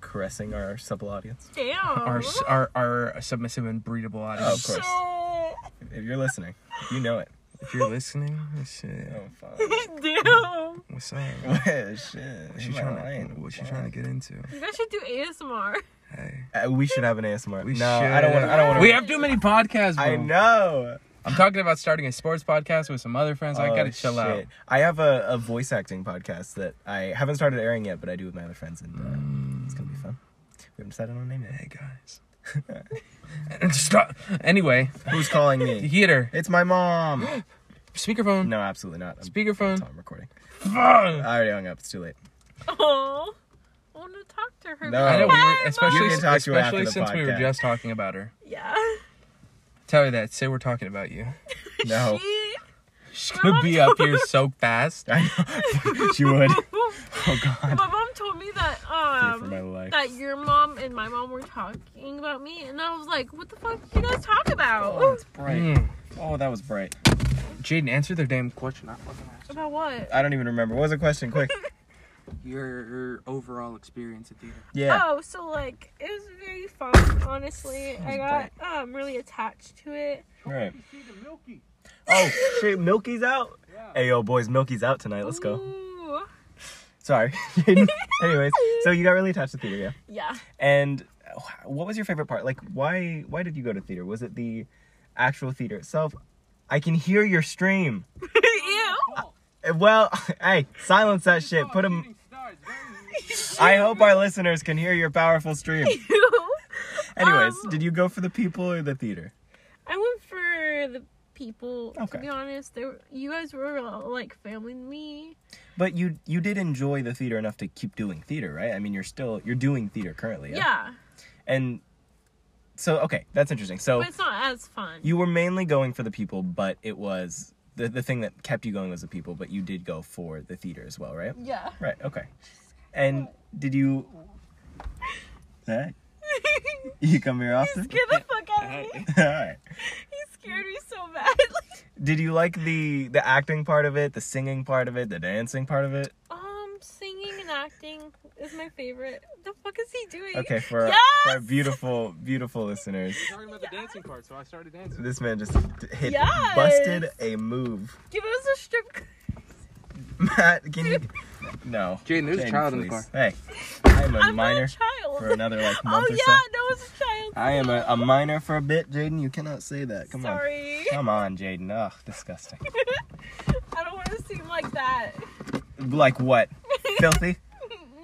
caressing our supple audience. Damn. Our s- our our submissive and breedable Oh, of audience. course. If you're listening, you know it. if you're listening, this, uh, Oh fuck. Damn. what's up? Well, shit. What's she trying to What's she trying to get into? You guys should do ASMR. Hey, to? Uh, we should have an ASMR. we no, I don't want. I don't want to. We have too many podcasts. Bro. I know. I'm talking about starting a sports podcast with some other friends. I Oh, gotta chill out. shit. I have a, a voice acting podcast that I haven't started airing yet, but I do with my other friends, and uh, Mm. it's gonna be fun. We haven't decided on a name Hey yet. guys. Stop. Anyway, Who's calling me? theater. It's my mom. Speakerphone. No, absolutely not. I'm, Speakerphone. I'm recording. Fuck. I already hung up. It's too late. Oh. I want to talk to her. No. I know, we Hi, were, Mom. especially You can talk to her after especially the since we were podcast. just talking about her. Yeah. Tell her that. Say we're talking about you. No. She- She's gonna be up here so fast. I know. she would. Oh my god. mom told me that Fear for my um life. that your mom and my mom were talking about me, and I was like, "What the fuck did you guys talk about? Oh, it's bright. Mm. Oh, that was bright. Jaden, answer their damn question. Not fucking about what? I don't even remember. What was the question? Quick. Your overall experience at theater. Yeah. Oh, so like it was very fun. Honestly, I got um really attached to it. Right. Oh, shit, Milky's out. Hey, yo, boys, Milky's out tonight. Let's Mm. go. Ooh. Sorry. Anyways, so you got really attached to theater, yeah. Yeah. And wh- what was your favorite part? Like, why why did you go to theater? Was it the actual theater itself? I can hear your stream. Ew. Eh, Well, hey, silence that shit. Put him. I hope our listeners can hear your powerful stream. Ew. Anyways, Um, did you go for the people or the theater? I went for the people. Okay. To be honest, they were, you guys were uh, like family to me. But you you did enjoy the theater enough to keep doing theater, right? I mean, you're still you're doing theater currently. Yeah. And so okay, that's interesting. So But it's not as fun. you were mainly going for the people, but it was the the thing that kept you going was the people, but you did go for the theater as well, right? yeah. Right. Okay. And did you Zach, you come here often? Get the fuck out of me. All right. He scared me so badly. Did you like the the acting part of it, the singing part of it, the dancing part of it? Um, singing and acting is my favorite. The fuck is he doing? Okay, for, Yes! for our beautiful beautiful listeners. Talking about the dancing part, so I started dancing. This man just d- hit Yes. busted a move. Give us a strip. club. Matt, can you? No. Jaden, there's a child in the please. Hey, I'm a I'm minor not a child. for another like oh month or yeah, so. no, it's a child. I am a, a minor for a bit, Jaden. You cannot say that. Come Sorry. on. Come on, Jaden. Ugh, disgusting. I don't want to seem like that. like what? Filthy?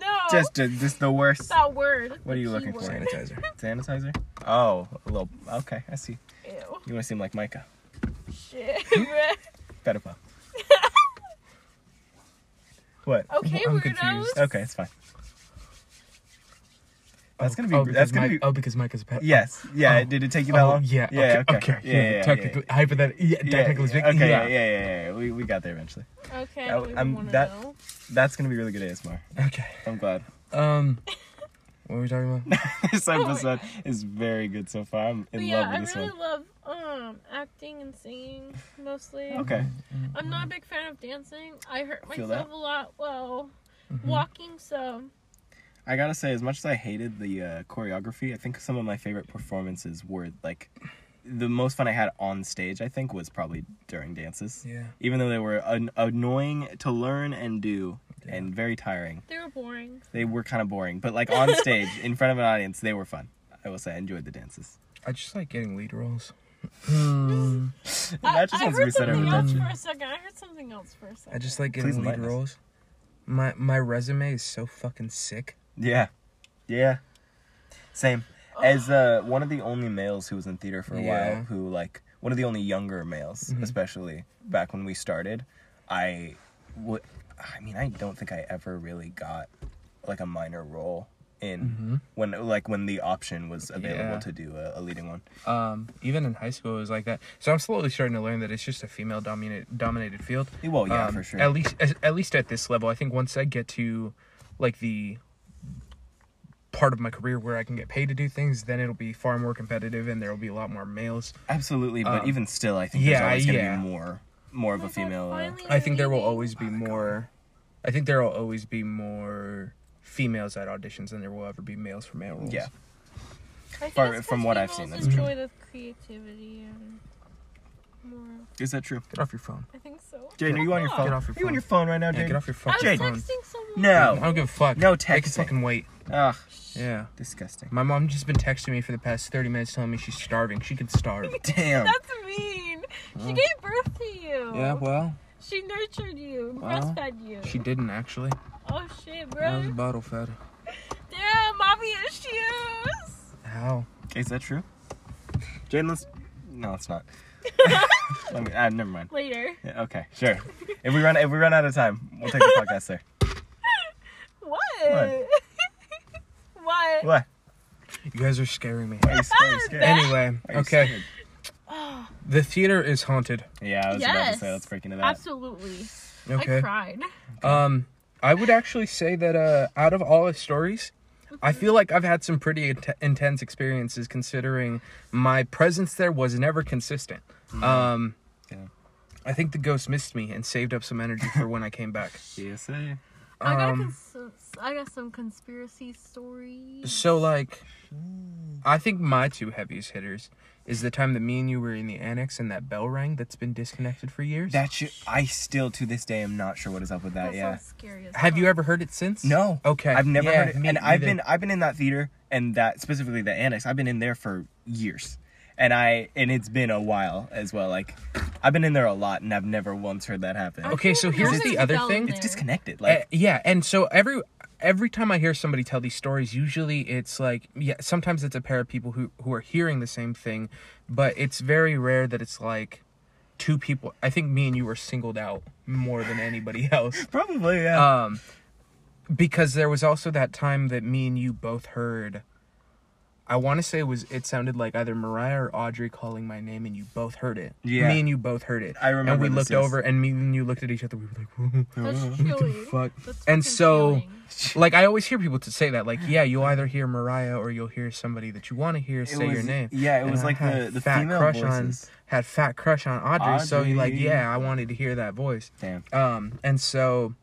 No. Just a, just the worst. that word. What are you The looking for? keyword. Sanitizer. Sanitizer? Oh, a little. Okay, I see. Ew. You want to seem like Micah, Shit. pedophile. What? okay, I'm weirdos. confused. Okay, it's fine. That's gonna be. Oh, because that's gonna Mike, be. Oh, because Mike is a pet. Yes. Yeah. Oh. Did it take you that Oh, long? yeah. Yeah. Okay. Okay. Yeah. technically, hypothetically, yeah, yeah, technically yeah, speaking. Okay. yeah. Yeah. Yeah. Yeah. yeah, yeah. We, we got there eventually. Okay. I- we I'm- wanna that- know. That's gonna be really good ASMR. Okay. I'm glad. Um, what were we talking about? this Oh my episode is very good so far. I'm But in yeah, love I with this really one. love um acting and singing mostly. Okay. I'm not a big fan of dancing. I hurt Feel myself that. Mm-hmm. a lot while walking, so I gotta say, as much as I hated the uh, choreography, I think some of my favorite performances were like the most fun I had on stage. I think was probably during dances, Yeah. even though they were an- annoying to learn and do and very tiring. they were boring. They were kind of boring, but like on stage in front of an audience, they were fun. I will say I enjoyed the dances. I just like getting lead roles. Hmm. I, That just I needs to be heard said every something time. else for a second. I heard something else for a second. I just like Please getting lead enlighten us. roles. My my resume is so fucking sick. Yeah. Yeah. Same. As uh, one of the only males who was in theater for a Yeah. Mm-hmm. while, who like one of the only younger males, especially back when we started, I would. I mean, I don't think I ever really got like a minor role in when like when the option was available Mm-hmm. Yeah. to do a, a leading one. Um, even in high school, it was like that. So I'm slowly starting to learn that it's just a female dominate, dominated field. Well, yeah, Um, for sure. At least at, at least at this level, I think once I get to like the part of my career where I can get paid to do things, then it'll be far more competitive and there'll be a lot more males. Absolutely, but Um, even still, I think yeah, there's always gonna yeah. be more more of Oh my a God, female. uh, finally I think there will leaving. always be more. I think there will always be more females at auditions than there will ever be males for male roles. Yeah. I think Or it's 'cause from what I've seen, females that's true. enjoy the creativity and more. Is that true? Get off your phone. I think so. Jaden, are you on your Get phone? off your Are you on phone. your phone right now, Jaden? Yeah, get off your I fucking was Jade. phone. texting someone. No. I don't give a fuck. No They can texting. fucking wait. Ugh, Yeah. disgusting. My mom just been texting me for the past 30 minutes telling me she's starving. She could starve. Damn. That's mean. She gave birth to you. yeah, well, She nurtured you, Well, breastfed you. she didn't actually. Oh shit, I was bro. bottle fed. Damn, mommy issues. How? Is that true? Jaden, let's. No, it's not. Let me, ah, never mind. Later. Yeah, okay, sure. If we run, if we run out of time, we'll take the podcast there. What? What? What? What? You guys are scaring me. Why are you scared? Are you scared? Anyway, Why are you okay. scared? The theater is haunted. Yeah, I was about to Yes. say let's break into that. Absolutely. I Okay. cried. Um, I would actually say that uh, out of all the stories, I feel like I've had some pretty int- intense experiences considering my presence there was never consistent. Um, Mm-hmm. Yeah. I think the ghost missed me and saved up some energy for when I came back. Yes, sir. I got a Um, cons- I got some conspiracy stories. So like, I think my two heaviest hitters is the time that me and you were in the annex and that bell rang that's been disconnected for years. That should. I still to this day am not sure what is up with that. That yeah. sounds scary as Have you fuck. ever heard it since? No. Okay. I've never Yeah, heard it. me And I've either. been I've been in that theater and that specifically the annex. I've been in there for years. And I and it's been a while as well. Like I've been in there a lot and I've never once heard that happen. I Okay, feel so like here's there's the a other bell thing. in It's It's there. disconnected. Uh, Like yeah, and so every every time I hear somebody tell these stories, usually it's like yeah, sometimes it's a pair of people who who are hearing the same thing, but it's very rare that it's like two people. I think me and you were singled out more than anybody else. probably yeah. Um, because there was also that time that me and you both heard. I want to say it was it sounded like either Mariah or Audrey calling my name, and you both heard it. Yeah. me and you both heard it. I And remember we this, looked yes. over, and me and you looked at each other. We were like, That's chilling. fuck? That's And freaking so- chilling. like I always hear people to say that, like, yeah, you'll either hear Mariah or you'll hear somebody that you want to hear It say your was- name. yeah, it And was I like had the- the fat female crush voices. on had fat crush on Audrey, so you like, Audrey. yeah, I wanted to hear that voice. Damn. Um, and so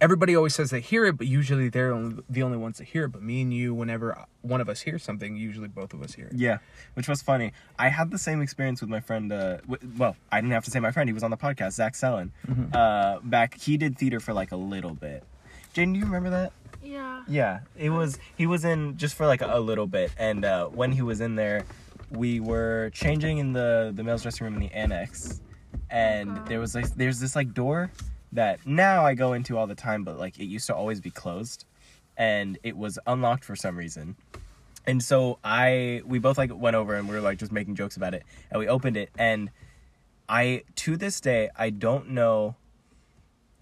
everybody always says they hear it, but usually they're only, the only ones that hear it. But me and you, whenever one of us hears something, usually both of us hear it. Yeah, which was funny. I had the same experience with my friend. Uh, w- well, I didn't have to say my friend. He was on the podcast, Zach Sellen. Uh, back he did theater for like a little bit. Jaden, do you remember that? Yeah. Yeah, it was. He was in just for like a little bit, and uh, when he was in there, we were changing in the the male's dressing room in the annex, and there was like there's this like door that now I go into all the time, but like it used to always be closed, and it was unlocked for some reason. And so I we both like went over and we were like just making jokes about it, and we opened it, and I to this day I don't know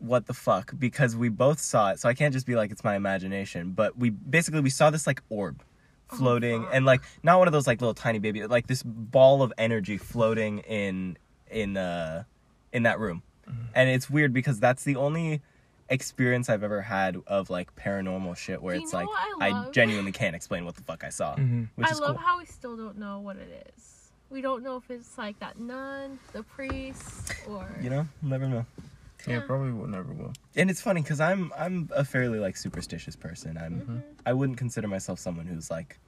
what the fuck because we both saw it so i can't just be like it's my imagination but we basically we saw this like orb Oh floating and like not one of those like little tiny baby like this ball of energy floating in in uh in that room Mm-hmm. and it's weird because that's the only experience i've ever had of like paranormal shit where Do you it's know like what I i love? Mm. genuinely can't explain what the fuck i saw Mhm. which Mm-hmm. I is love cool how we still don't know what it is. We don't know if it's like that nun, the priest, or you know never know Yeah, Yeah. probably will never will. and it's funny because I'm I'm a fairly like superstitious person. I'm Mm-hmm. I wouldn't consider myself someone who's like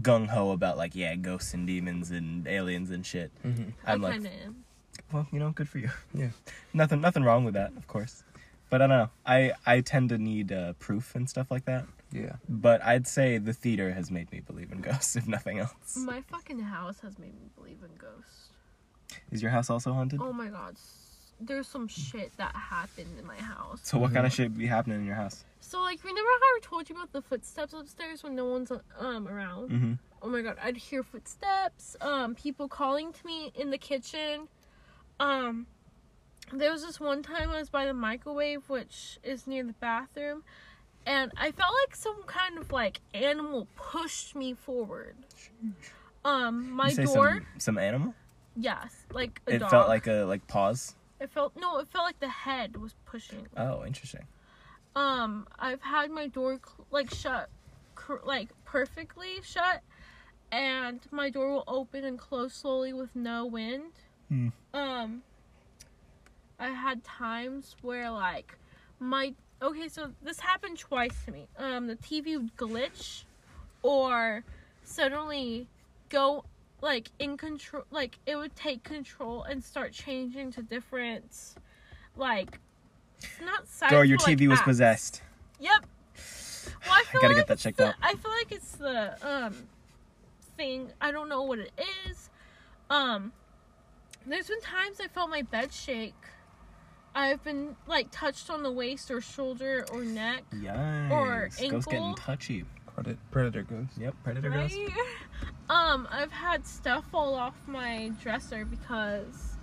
gung ho about like yeah ghosts and demons and aliens and shit. I'm I like kinda am. well you know good for you. Mm-hmm. Yeah. nothing nothing wrong with that of course, but I don't know. I I tend to need uh, proof and stuff like that. Yeah. But I'd say the theater has made me believe in ghosts, if nothing else. My fucking house has made me believe in ghosts. Is your house also haunted? Oh my god. s- There's some shit that happened in my house. So what kind of shit be happening in your house? So like remember how I told you about the footsteps upstairs when no one's um around? Mm-hmm. Oh my god, I'd hear footsteps, um people calling to me in the kitchen. Um there was this one time I was by the microwave which is near the bathroom and I felt like some kind of like animal pushed me forward. Um my you say door Some, some animal? Yes, like a It dog. felt like a like paws. it felt no, it felt like the head was pushing. Oh, interesting. Um, I've had my door cl- like shut, cr- like perfectly shut, and my door will open and close slowly with no wind. Hmm. Um, I had times where like my okay, so this happened twice to me. Um, the TV would glitch, or suddenly go like in control like it would take control and start changing to different like not sites Dora, your but, like, TV was apps. possessed. Yep. Well, I, feel gotta like get that it's checked the- out. I feel like it's the um thing. I don't know what it is. Um, there's been times I felt my bed shake. I've been like touched on the waist or shoulder or neck. Yikes. Ghosts ankle. getting touchy. Predator, predator ghost. Yep, predator Right? ghosts. Um, I've had stuff fall off my dresser because,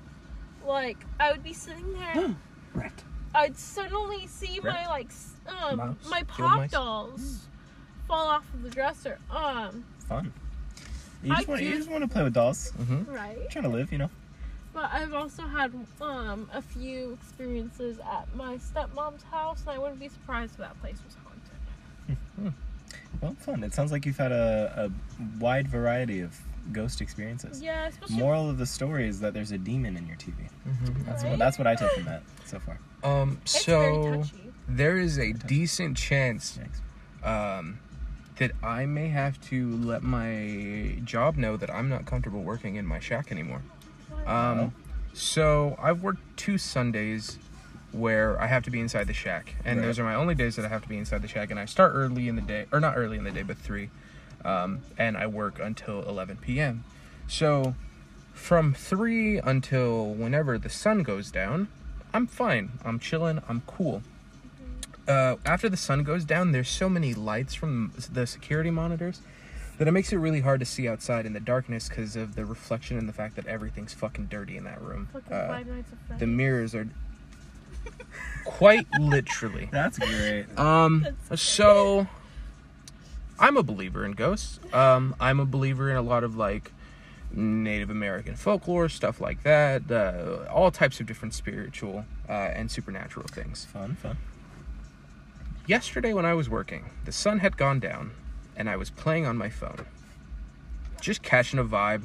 like, I would be sitting there. Right. I'd suddenly see my Rat. like s- um Mouse. my Field pop mice. Mm. dolls fall off of the dresser. Um, Fun. You just, I want, you do- just want to play with dolls. Mm-hmm. right. trying to live, you know. But I've also had um a few experiences at my stepmom's house, and I wouldn't be surprised if that place was haunted. Well, fun. It sounds like you've had a, a wide variety of ghost experiences. Yeah, especially Moral of the story is that there's a demon in your TV. Mm-hmm. That's Right? what that's what I took from that so far. Um. it's very So touchy. there is a decent chance Thanks. um, that I may have to let my job know that I'm not comfortable working in my shack anymore. Um, so I've worked two Sundays where I have to be inside the shack, and Right. those are my only days that I have to be inside the shack. And I start early in the day, or not early in the day, but three, um, and I work until 11 p.m. So from three until whenever the sun goes down, I'm fine. I'm chilling. I'm cool. Uh, after the sun goes down, there's so many lights from the security monitors that it makes it really hard to see outside in the darkness because of the reflection and the fact that everything's fucking dirty in that room. Fucking Uh, Five Nights at the Freddy's. mirrors are quite literally. That's great. Um, That's- so I'm a believer in ghosts. Um, I'm a believer in a lot of like Native American folklore, stuff like that, uh, all types of different spiritual uh, and supernatural things. Fun, fun. Yesterday, when I was working, the sun had gone down and I was playing on my phone, just catching a vibe.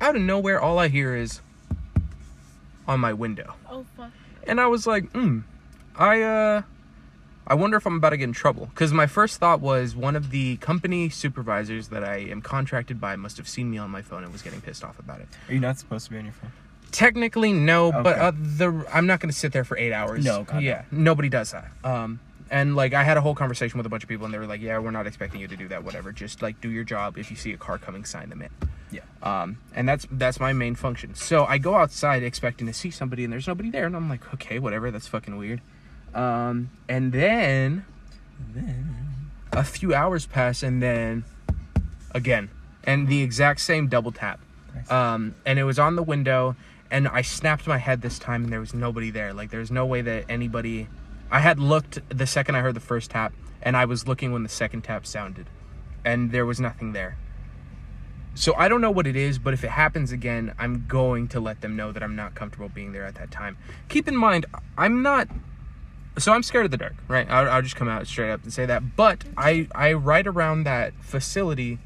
Out of nowhere, all I hear is on my window. oh fuck. and I was like, hmm, I uh, I wonder if I'm about to get in trouble. Because my first thought was one of the company supervisors that I am contracted by must have seen me on my phone and was getting pissed off about it. Are you not supposed to be on your phone? Technically, no, but Okay. uh, the I'm not going to sit there for eight hours. No, God, no. yeah, nobody does that. Um, and like I had a whole conversation with a bunch of people, and they were like, "Yeah, we're not expecting you to do that. Whatever, just like do your job. If you see a car coming, sign them in." Yeah. Um, and that's that's my main function. So I go outside expecting to see somebody, and there's nobody there, and I'm like, okay, whatever, that's fucking weird. Um, and then Then a few hours pass, and then again, and the exact same double tap. Nice. Um, and it was on the window, and I snapped my head this time, and there was nobody there. Like there's no way that anybody. I had looked the second I heard the first tap, and I was looking when the second tap sounded, and there was nothing there. So I don't know what it is, but if it happens again, I'm going to let them know that I'm not comfortable being there at that time. Keep in mind, I'm not. So I'm scared of the dark, right? I'll, I'll just come out straight up and say that. But I I ride around that facility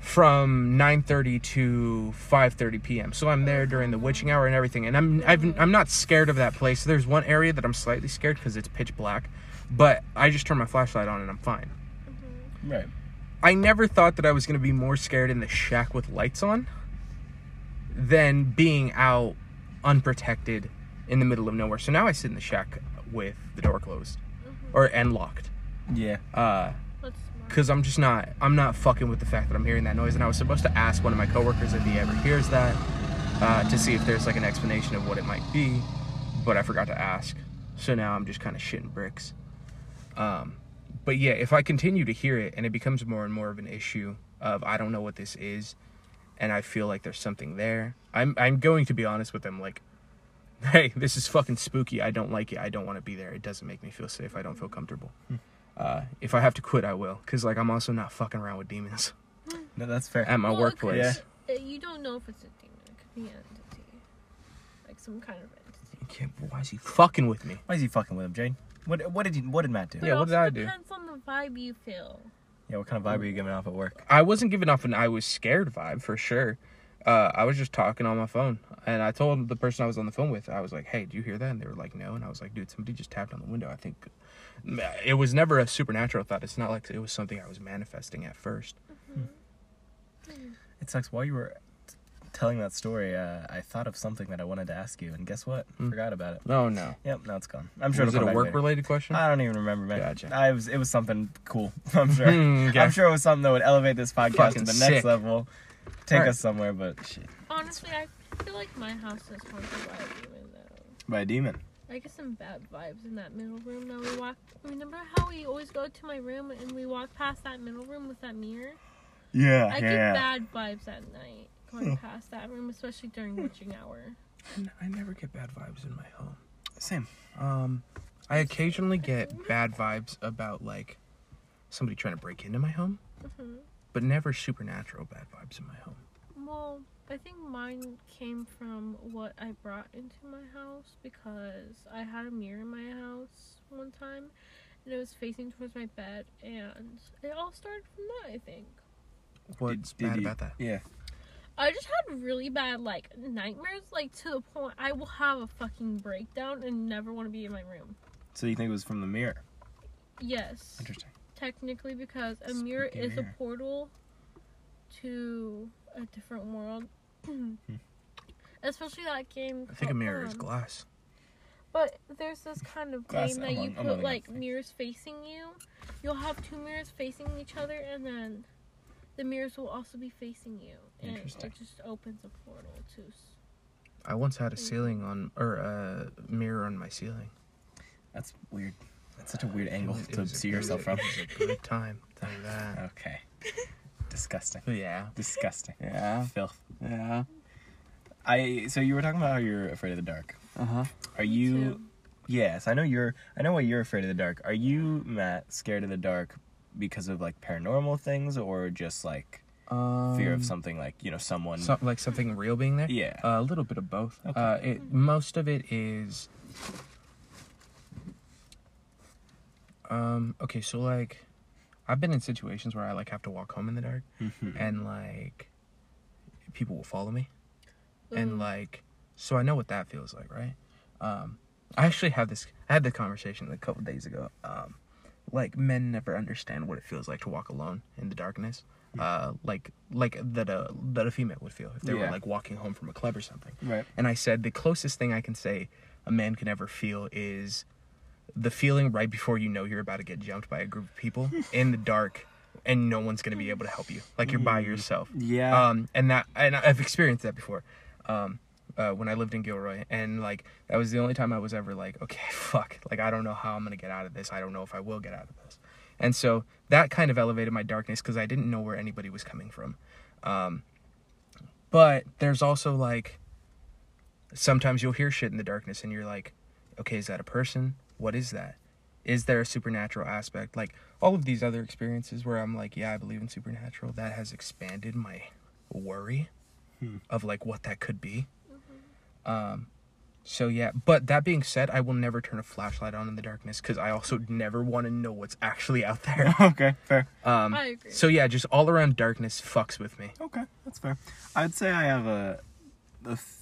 from 9:30 to 5:30 p.m. So I'm there during the witching hour and everything, and I'm I've, I'm not scared of that place. There's one area that I'm slightly scared because it's pitch black, but I just turn my flashlight on and I'm fine. right. I never thought that I was going to be more scared in the shack with lights on than being out unprotected in the middle of nowhere. So now I sit in the shack with the door closed or and locked. Yeah. Uh, That's smart. because I'm just not I'm not fucking with the fact that I'm hearing that noise. And I was supposed to ask one of my coworkers if he ever hears that uh, to see if there's like an explanation of what it might be, but I forgot to ask. So now I'm just kind of shitting bricks. Um, but yeah, if I continue to hear it and it becomes more and more of an issue of I don't know what this is, and I feel like there's something there, I'm I'm going to be honest with them like. Hey, this is fucking spooky. I don't like it. I don't want to be there. It doesn't make me feel safe. I don't feel comfortable uh, if I have to quit, I will. Cause like I'm also not fucking around with demons No, that's fair. Um, at my Well, it workplace. Yeah. could- uh, You don't know if it's a demon. It could be an entity, like some kind of entity. Okay, but why is he fucking with me? Why is he fucking with him, Jade? What what did you, what did Matt do? But Yeah. it what did also I do? Depends on the vibe you feel. Yeah, what kind of vibe are you giving off at work? I wasn't giving off an I was scared vibe for sure. Uh, I was just talking on my phone, and I told the person I was on the phone with, I was like, "Hey, do you hear that?" And they were like, "No," and I was like, "Dude, somebody just tapped on the window." I think it was never a supernatural thought. It's not like it was something I was manifesting at first. It sucks. While you were t- telling that story, uh, I thought of something that I wanted to ask you, and guess what? Forgot about it. Oh no! Yep, now it's gone. I'm sure Was it it'll a come back later. work-related question? I don't even remember, man. Gotcha. I was it was something cool. I'm sure. Hmm, okay. I'm sure it was something that would elevate this podcast Fucking to the sick. next level, take Alright. us somewhere. But shit, Honestly, I feel like my house is haunted by a demon though. by a demon. I get some bad vibes in that middle room that we walk. Remember how we always go to my room and we walk past that middle room with that mirror? Yeah, I yeah. get bad vibes at night going past that room, especially during witching hour. I never get bad vibes in my home. Same. Um, I occasionally get bad vibes about like somebody trying to break into my home, Mhm. but never supernatural bad vibes in my home. Well, I think mine came from what I brought into my house because I had a mirror in my house one time and it was facing towards my bed and it all started from that, I think. What's Did- did bad you- about that? Yeah. I just had really bad like nightmares like to the point I will have a fucking breakdown and never want to be in my room. So you think it was from the mirror? Yes. Interesting. Technically because a mirror Spooky is mirror. a portal to a different world. Hmm. Especially that game. I think a called, mirror is um, glass. But there's this kind of Glass, game that I'm you on- I'm put on the like Netflix. mirrors facing you. You'll have two mirrors facing each other, and then the mirrors will also be facing you. And Interesting. it just opens a portal to. s- I once had a ceiling on or a mirror on my ceiling. That's weird. That's such a weird It angle was- it to was a see good- yourself from. It was a good time. Tell you that. Okay. Disgusting. Yeah. Disgusting. Yeah. Filth. Yeah. I. So you were talking about how you're afraid of the dark. Uh huh. Are you? to- Yes, I know you're. I know why you're afraid of the dark. Are you Matt scared of the dark because of like paranormal things or just like Um, fear of something like you know someone? So, uh, like something real being there? Yeah. A little bit of both. Okay. Uh, it, most of it is. Um, okay, so like, I've been in situations where I like have to walk home in the dark, Mhm. and like, people will follow me, Ooh. and like, so I know what that feels like, right? Um, I actually had this. I had the conversation a couple days ago. Um, like men never understand what it feels like to walk alone in the darkness. Uh, like like that a that a female would feel if they were Yeah. like walking home from a club or something. Right. And I said, the closest thing I can say a man can ever feel is the feeling right before you know you're about to get jumped by a group of people in the dark and no one's going to be able to help you. Like you're by yourself. Yeah. Um, and that, and I've experienced that before. Um, uh, when I lived in Gilroy, and like that was the only time I was ever like, okay, fuck, like I don't know how I'm gonna get out of this. I don't know if I will get out of this. And so that kind of elevated my darkness because I didn't know where anybody was coming from. Um, but there's also like sometimes you'll hear shit in the darkness and you're like, okay, is that a person? What is that? Is there a supernatural aspect? Like all of these other experiences where I'm like, yeah, I believe in supernatural, that has expanded my worry of like what that could be. Um, so yeah, but that being said, I will never turn a flashlight on in the darkness because I also never want to know what's actually out there. okay. Fair. Um, I agree. So yeah, just all around darkness fucks with me. Okay, that's fair. I'd say I have a, a f-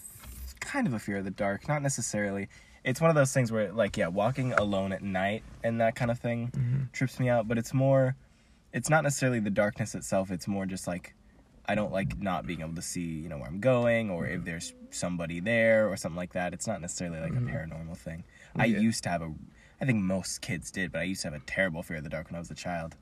kind of a fear of the dark. Not necessarily. It's one of those things where, like, yeah, walking alone at night and that kind of thing trips me out. But it's more, it's not necessarily the darkness itself. It's more just like, I don't like not being able to see, you know, where I'm going or if there's somebody there or something like that. It's not necessarily like a paranormal thing. I Yeah. used to have a, I I think most kids did, but I used to have a terrible fear of the dark when I was a child,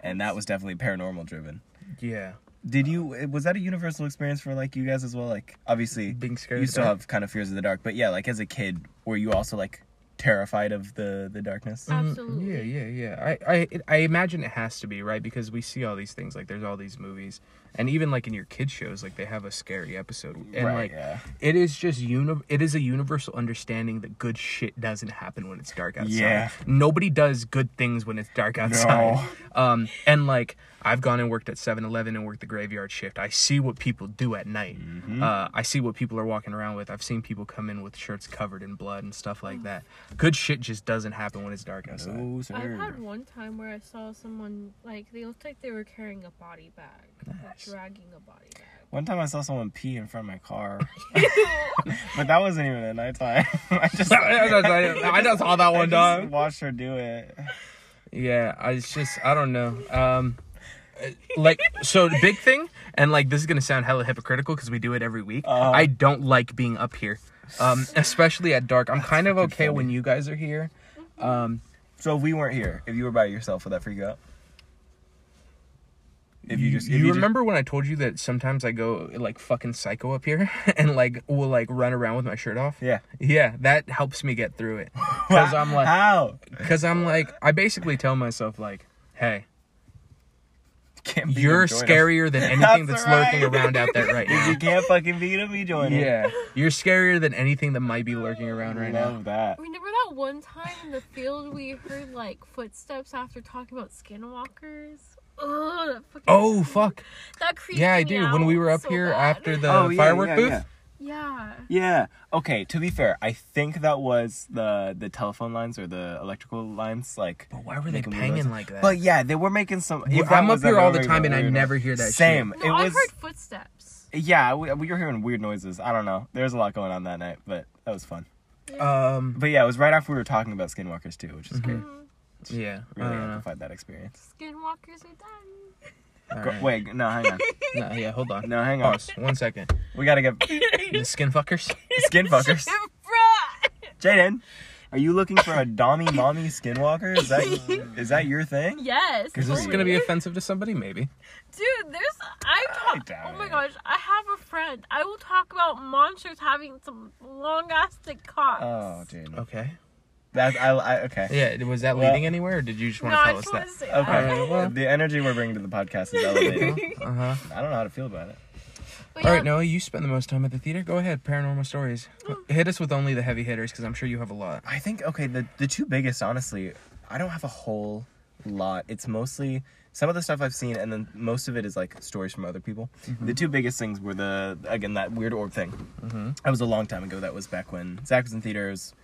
and that was definitely paranormal driven. Yeah. Did you? Was that a universal experience for like you guys as well? Like obviously, Being scared You of the still dark? have kind of fears of the dark, but yeah, like as a kid, were you also like terrified of the the darkness? Uh, Mm, Absolutely. Yeah, yeah, yeah. I, I, it, I imagine it has to be right because we see all these things. Like there's all these movies, and even like in your kids shows, like they have a scary episode, and Right, like yeah. it is just uni- It is a universal understanding that good shit doesn't happen when it's dark outside. Yeah. Nobody does good things when it's dark outside. Um, and like I've gone and worked at 7-Eleven and worked the graveyard shift. I see what people do at night. Mm-hmm. Uh, I see what people are walking around with. I've seen people come in with shirts covered in blood and stuff like that. Good shit just doesn't happen when it's dark outside. No, sir. I've had one time where I saw someone like they looked like they were carrying a body bag, or Nice. dragging a body bag. One time I saw someone pee in front of my car, but that wasn't even at nighttime. I just I just saw that I one, just dog. watched her do it. Yeah, I it's just I don't know. Um, uh, like so the big thing, and like this is gonna sound hella hypocritical because we do it every week. Uh-huh. I don't like being up here, um, especially at dark. I'm kind of okay when you guys are here. Um, So if we weren't here, if you were by yourself, would that freak you out? If you just if you, just- remember when I told you that sometimes I go like fucking psycho up here and like will like run around with my shirt off. yeah, Yeah, that helps me get through it because I'm like. how Because I'm like, I basically tell myself, like, hey, can't beat you're 'em, join 'em. scarier than anything that's That's lurking right. around out there right If you now. can't fucking beat him, you join him. Yeah, you're scarier than anything that might be lurking around right now. love that. Remember that one time in the field we heard like footsteps after talking about skinwalkers? Ugh, that fucking Oh, fuck. that creeped Yeah, I me do. out When we were up so here bad. after the firework booth. yeah, Yeah. Okay. To be fair, I think that was the the telephone lines or the electrical lines. Like, But why were they making panging noise. like that? But yeah, they were making some. Well, that I'm up was a here all the memory time and I weird never one. hear that shit. Same. no, It I was. heard footsteps. Yeah, we, we were hearing weird noises. I don't know. There was a lot going on that night, but that was fun. Um, But yeah, it was right after we were talking about Skinwalkers too, which Mm-hmm. is great. yeah. I Really don't know. amplified that experience. Mm-hmm. Skinwalkers are done. All Go- right. Wait, no, hang on. No, yeah, hold on. No, hang on. Pause. One second. We gotta get The skinfuckers? skinwalkers. Bruh. Jaden, are you looking for a dommy mommy skinwalker? Is that is that your thing? Yes. Is this Oh, going to be totally. offensive to somebody? Maybe. Dude, there's I I talk. doubt Oh my it. gosh, I have a friend. I will talk about monsters having some long ass thick cocks. Oh, Jaden. Okay. That's I, I okay. Yeah, was that Well- leading anywhere or did you just want no, to I tell us just that? want to say that. Okay. Alright, well- The energy we're bringing to the podcast is elevated. Uh huh. I don't know how to feel about it. But All yeah, right, Noah, you spend the most time at the theater. Go ahead, paranormal stories. Oh. Hit us with only the heavy hitters because I'm sure you have a lot. I think okay, the the two biggest honestly, I don't have a whole lot. It's mostly some of the stuff I've seen and then most of it is like stories from other people. The two biggest things were the again that weird orb thing. That was a long time ago. That was back when Zach was in theaters.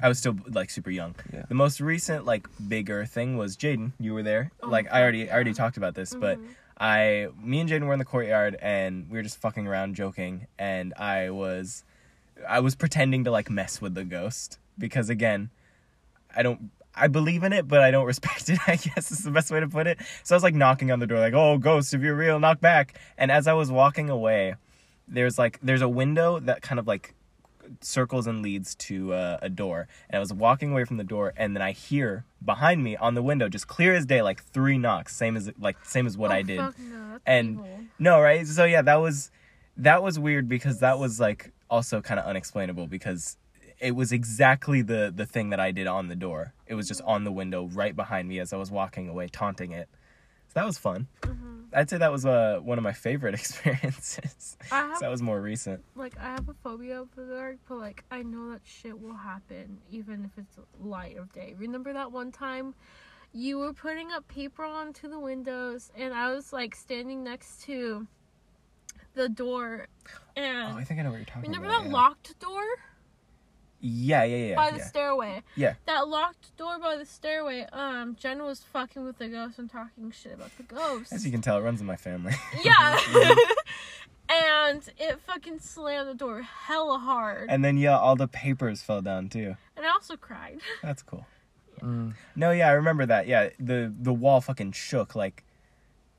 I was still like super young. Yeah. The most recent like bigger thing was Jaden. You were there. Oh, like I already I already yeah. talked about this, but Mhm. I me and Jaden were in the courtyard and we were just fucking around joking and I was I was pretending to like mess with the ghost because again, I don't I believe in it, but I don't respect it, I guess is the best way to put it. So I was like knocking on the door, like, oh ghost, if you're real, knock back. And as I was walking away, there's like there's a window that kind of like circles and leads to uh, a door. And I was walking away from the door, and then I hear behind me on the window, just clear as day, like three knocks, same as like same as what oh, I did. fuck no, that's And evil. no, right? So yeah, that was that was weird because that was like also kind of unexplainable because it was exactly the the thing that I did on the door. It was just on the window right behind me as I was walking away, taunting it. So that was fun. Mm-hmm. I'd say that was uh, one of my favorite experiences. I so have that was more recent. like I have a phobia of the dark, but like I know that shit will happen even if it's light of day. Remember that one time you were putting up paper onto the windows and I was like standing next to the door Oh, and I think I know what you're talking remember about. that yeah. locked door Yeah, yeah, yeah. by the yeah. stairway. Yeah. That locked door by the stairway. Um Jen was fucking with the ghost and talking shit about the ghost. As you can tell, it runs in my family. yeah. and it fucking slammed the door hella hard. and then yeah, all the papers fell down too. and I also cried. That's cool. Mm. No, yeah, I remember that. Yeah, the the wall fucking shook. Like,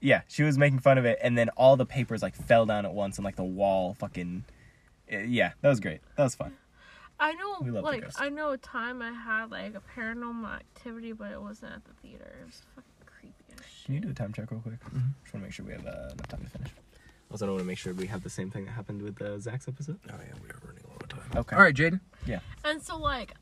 yeah, she was making fun of it, and then all the papers like fell down at once, and like the wall fucking. eh, yeah, that was great. That was fun. I know, We love the like, ghost. I know a time I had like a paranormal activity, but it wasn't at the theater. It was fucking creepy as shit. Can you do a time check real quick? Just want to make sure we have uh, enough time to finish. Mm-hmm. Also, I want to make sure we have the same thing that happened with uh, Zach's episode. Oh yeah, we are running low on time. Okay. All right, Jaden. And so, like,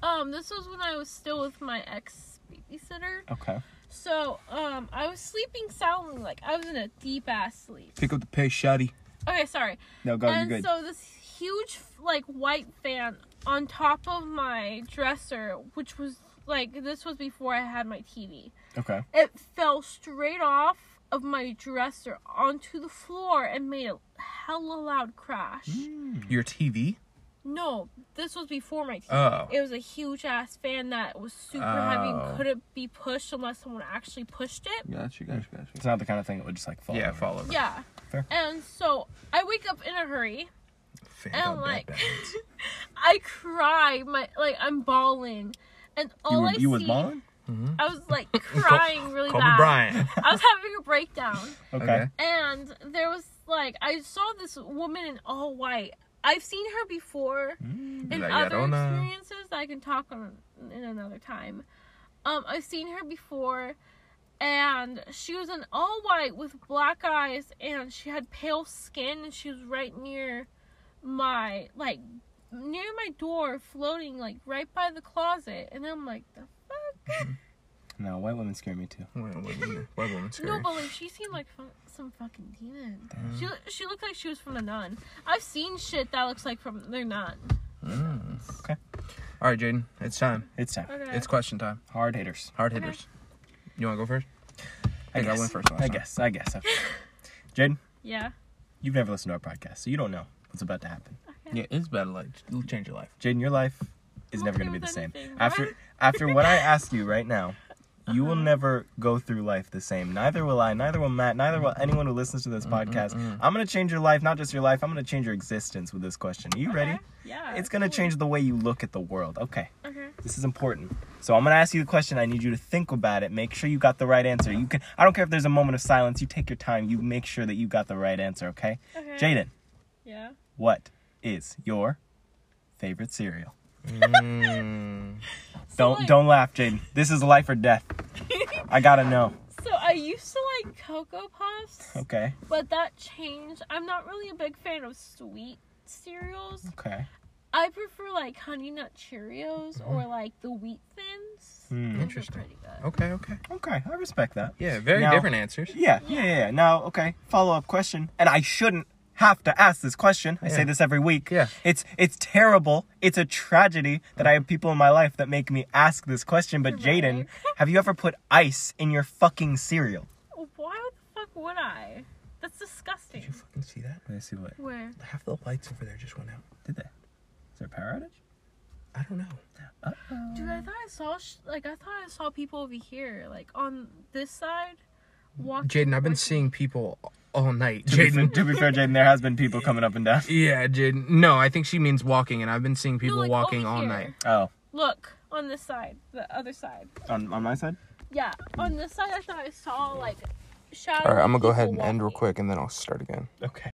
um, this was when I was still with my ex babysitter. Okay. So, um, I was sleeping soundly, like I was in a deep ass sleep. Pick up the pace, shoddy. Okay, sorry. No, go. and you're good. so this huge like white fan on top of my dresser, which was like this was before I had my TV. okay. It fell straight off of my dresser onto the floor and made a hella loud crash. Mm. Your TV. No, this was before my TV. Oh. It was a huge ass fan that was super heavy Oh. and couldn't be pushed unless someone actually pushed it. Gotcha, gotcha, gotcha. It's not the kind of thing that would just like fall. Yeah, over. follow. over. Yeah. Fair. And so I wake up in a hurry Fan and on that like back. I cry, my like I'm bawling, and all You were, I you was see, balling. I was like crying really Kobe bad. Bryant. I was having a breakdown, Okay. Okay. and there was like I saw this woman in all white. I've seen her before in La other uh, Llorona. experiences that I can talk on in another time. Um, I've seen her before, and she was in all white with black eyes, and she had pale skin, and she was right near my like near my door, floating like right by the closet, and I'm like, the fuck? No, white women scare me too. Well, white woman- white woman No, scary. but like she seemed like fu- some fucking demon. She she looked like she was from a nun. I've seen shit that looks like from they're not. All right, Jaden, it's time. It's time. Okay. It's question time. Hard haters. Hard Okay. hitters. You want to go first? I, think I guess. went first last I time. guess. I guess. Okay. Jaden, yeah. you've never listened to our podcast, so you don't know what's about to happen. Yeah, it's bad. Like, it'll change your life. Jaden, your life is I'm never okay going to be the with same. anything. After after what I ask you right now, you Uh-huh. will never go through life the same. Neither will I. Neither will Matt. Neither will anyone who listens to this podcast. I'm going to change your life, not just your life. I'm going to change your existence with this question. Are you ready? Okay. Yeah. It's going to cool. change the way you look at the world. Okay. Okay. This is important. So I'm gonna ask you the question. I need you to think about it. Make sure you got the right answer. You can. I don't care if there's a moment of silence. You take your time. You make sure that you got the right answer. Okay. Okay. Jaden, Yeah. what is your favorite cereal? Mm. Don't like- don't laugh, Jaden. This is life or death. I gotta know. So I used to like Cocoa Puffs, Okay. but that changed. I'm not really a big fan of sweet cereals. Okay. I prefer like Honey Nut Cheerios Mm-hmm. or like the Wheat Thins. Hmm. Those are Interesting. Pretty good. okay, okay. Okay. I respect that. Yeah, very Now- different answers. Yeah. Yeah. Yeah. yeah. Now, okay. Follow up question. And I shouldn't have to ask this question. I say Yeah. this every week. Yeah. It's it's terrible. It's a tragedy that I have people in my life that make me ask this question. But Right. Jaden, have you ever put ice in your fucking cereal? Oh. Why the fuck would I? That's disgusting. Did you fucking see that? Let me see what. Is Where? Half the lights over there just went out. there a power outage? I don't know. Dude, Mm. I thought I saw sh- like I thought I saw people over here, like on this side. Walking. Jaden, I've been like- seeing people all night. Jaden. Jaden. To be fair, Jaden, there has been people coming up and down. Yeah, Jaden. No, I think she means walking, and I've been seeing No, people like, walking over all here. night. Oh, Look on this side, the other side. on on my side. Yeah, on this side I thought I saw like shadows. All right, I'm gonna of go ahead and people end real walking. quick, and then I'll start again. Okay.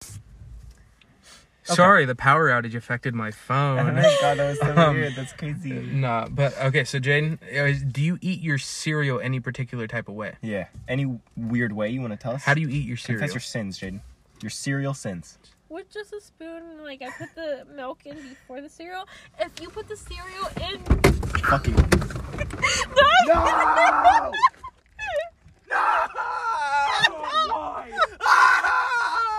Sorry, the power outage affected my Oh phone. my god, that was so Um, weird. That's crazy. Nah, but okay. So Jaden, uh, do you eat your cereal any particular type of way? Yeah. Any weird way you want to tell us? How do you eat your cereal? confess your sins, Jaden? Your cereal sins. With just a spoon, like I put the milk in before the cereal. If you put the cereal in, Fucking. no. Why?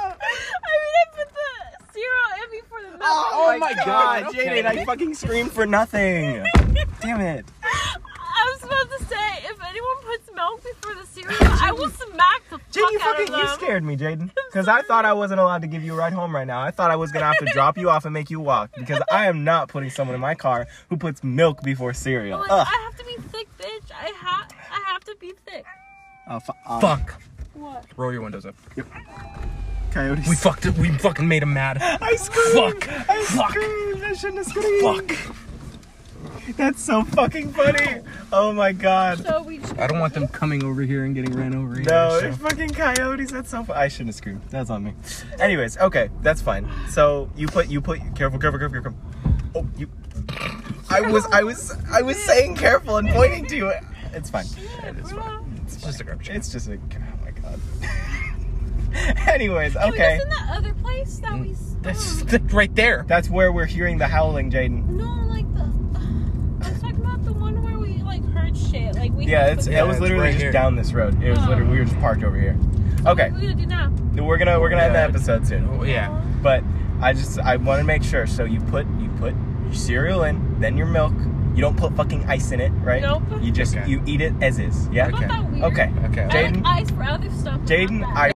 I mean, I put the cereal in before the milk. Oh my god, Jaden, I fucking screamed for nothing. Damn it. I was about to say, if anyone puts milk before the cereal, I will smack the Jaden, you fuck out of fucking them. you scared me, Jaden. Because I thought I wasn't allowed to give you a ride home right now. I thought I was gonna have to drop you off and make you walk. Because I am not putting someone in my car who puts milk before cereal. Like, Ugh. I have to be thick, bitch. I have, I have to be thick. Oh, fu- oh, Fuck. What? Roll your windows up. Coyotes. We fucked it. We fucking made him mad. I screamed. Fuck. I Fuck. screamed. I shouldn't have screamed. Fuck. That's so fucking funny. Oh my god. So we. I don't want them coming over here and getting ran over. either, No, so- it's fucking coyotes. That's so. Fu- I shouldn't have screamed. That's on me. Anyways, okay, that's fine. So you put you put careful, careful, careful, careful. Oh, you I was, I was, I was saying careful and pointing to it. It's fine. Shit, It's bro. fine. It's just a garbage can. It's just a. Oh my god. Anyways, Can okay. Mm, we listen to that other place that we s- That's um, that's right there. That's where we're hearing the howling, Jaden. No, like the I was talking about the one where we like heard shit. Like we Yeah, it's. we- It was it's literally right just here. down this road. It was Oh. literally we were just parked over here. Okay, What are we gonna do now? we're gonna we're gonna end the Yeah. episode soon. Oh yeah. But I just I want to make sure. So you put you put your cereal in, then your milk. You don't put fucking ice in it, right? Nope. You just Okay. you eat it as is. Yeah. I thought that weird. Okay. Okay. I Jaden- like ice for other stuff. but not Jaden, that. I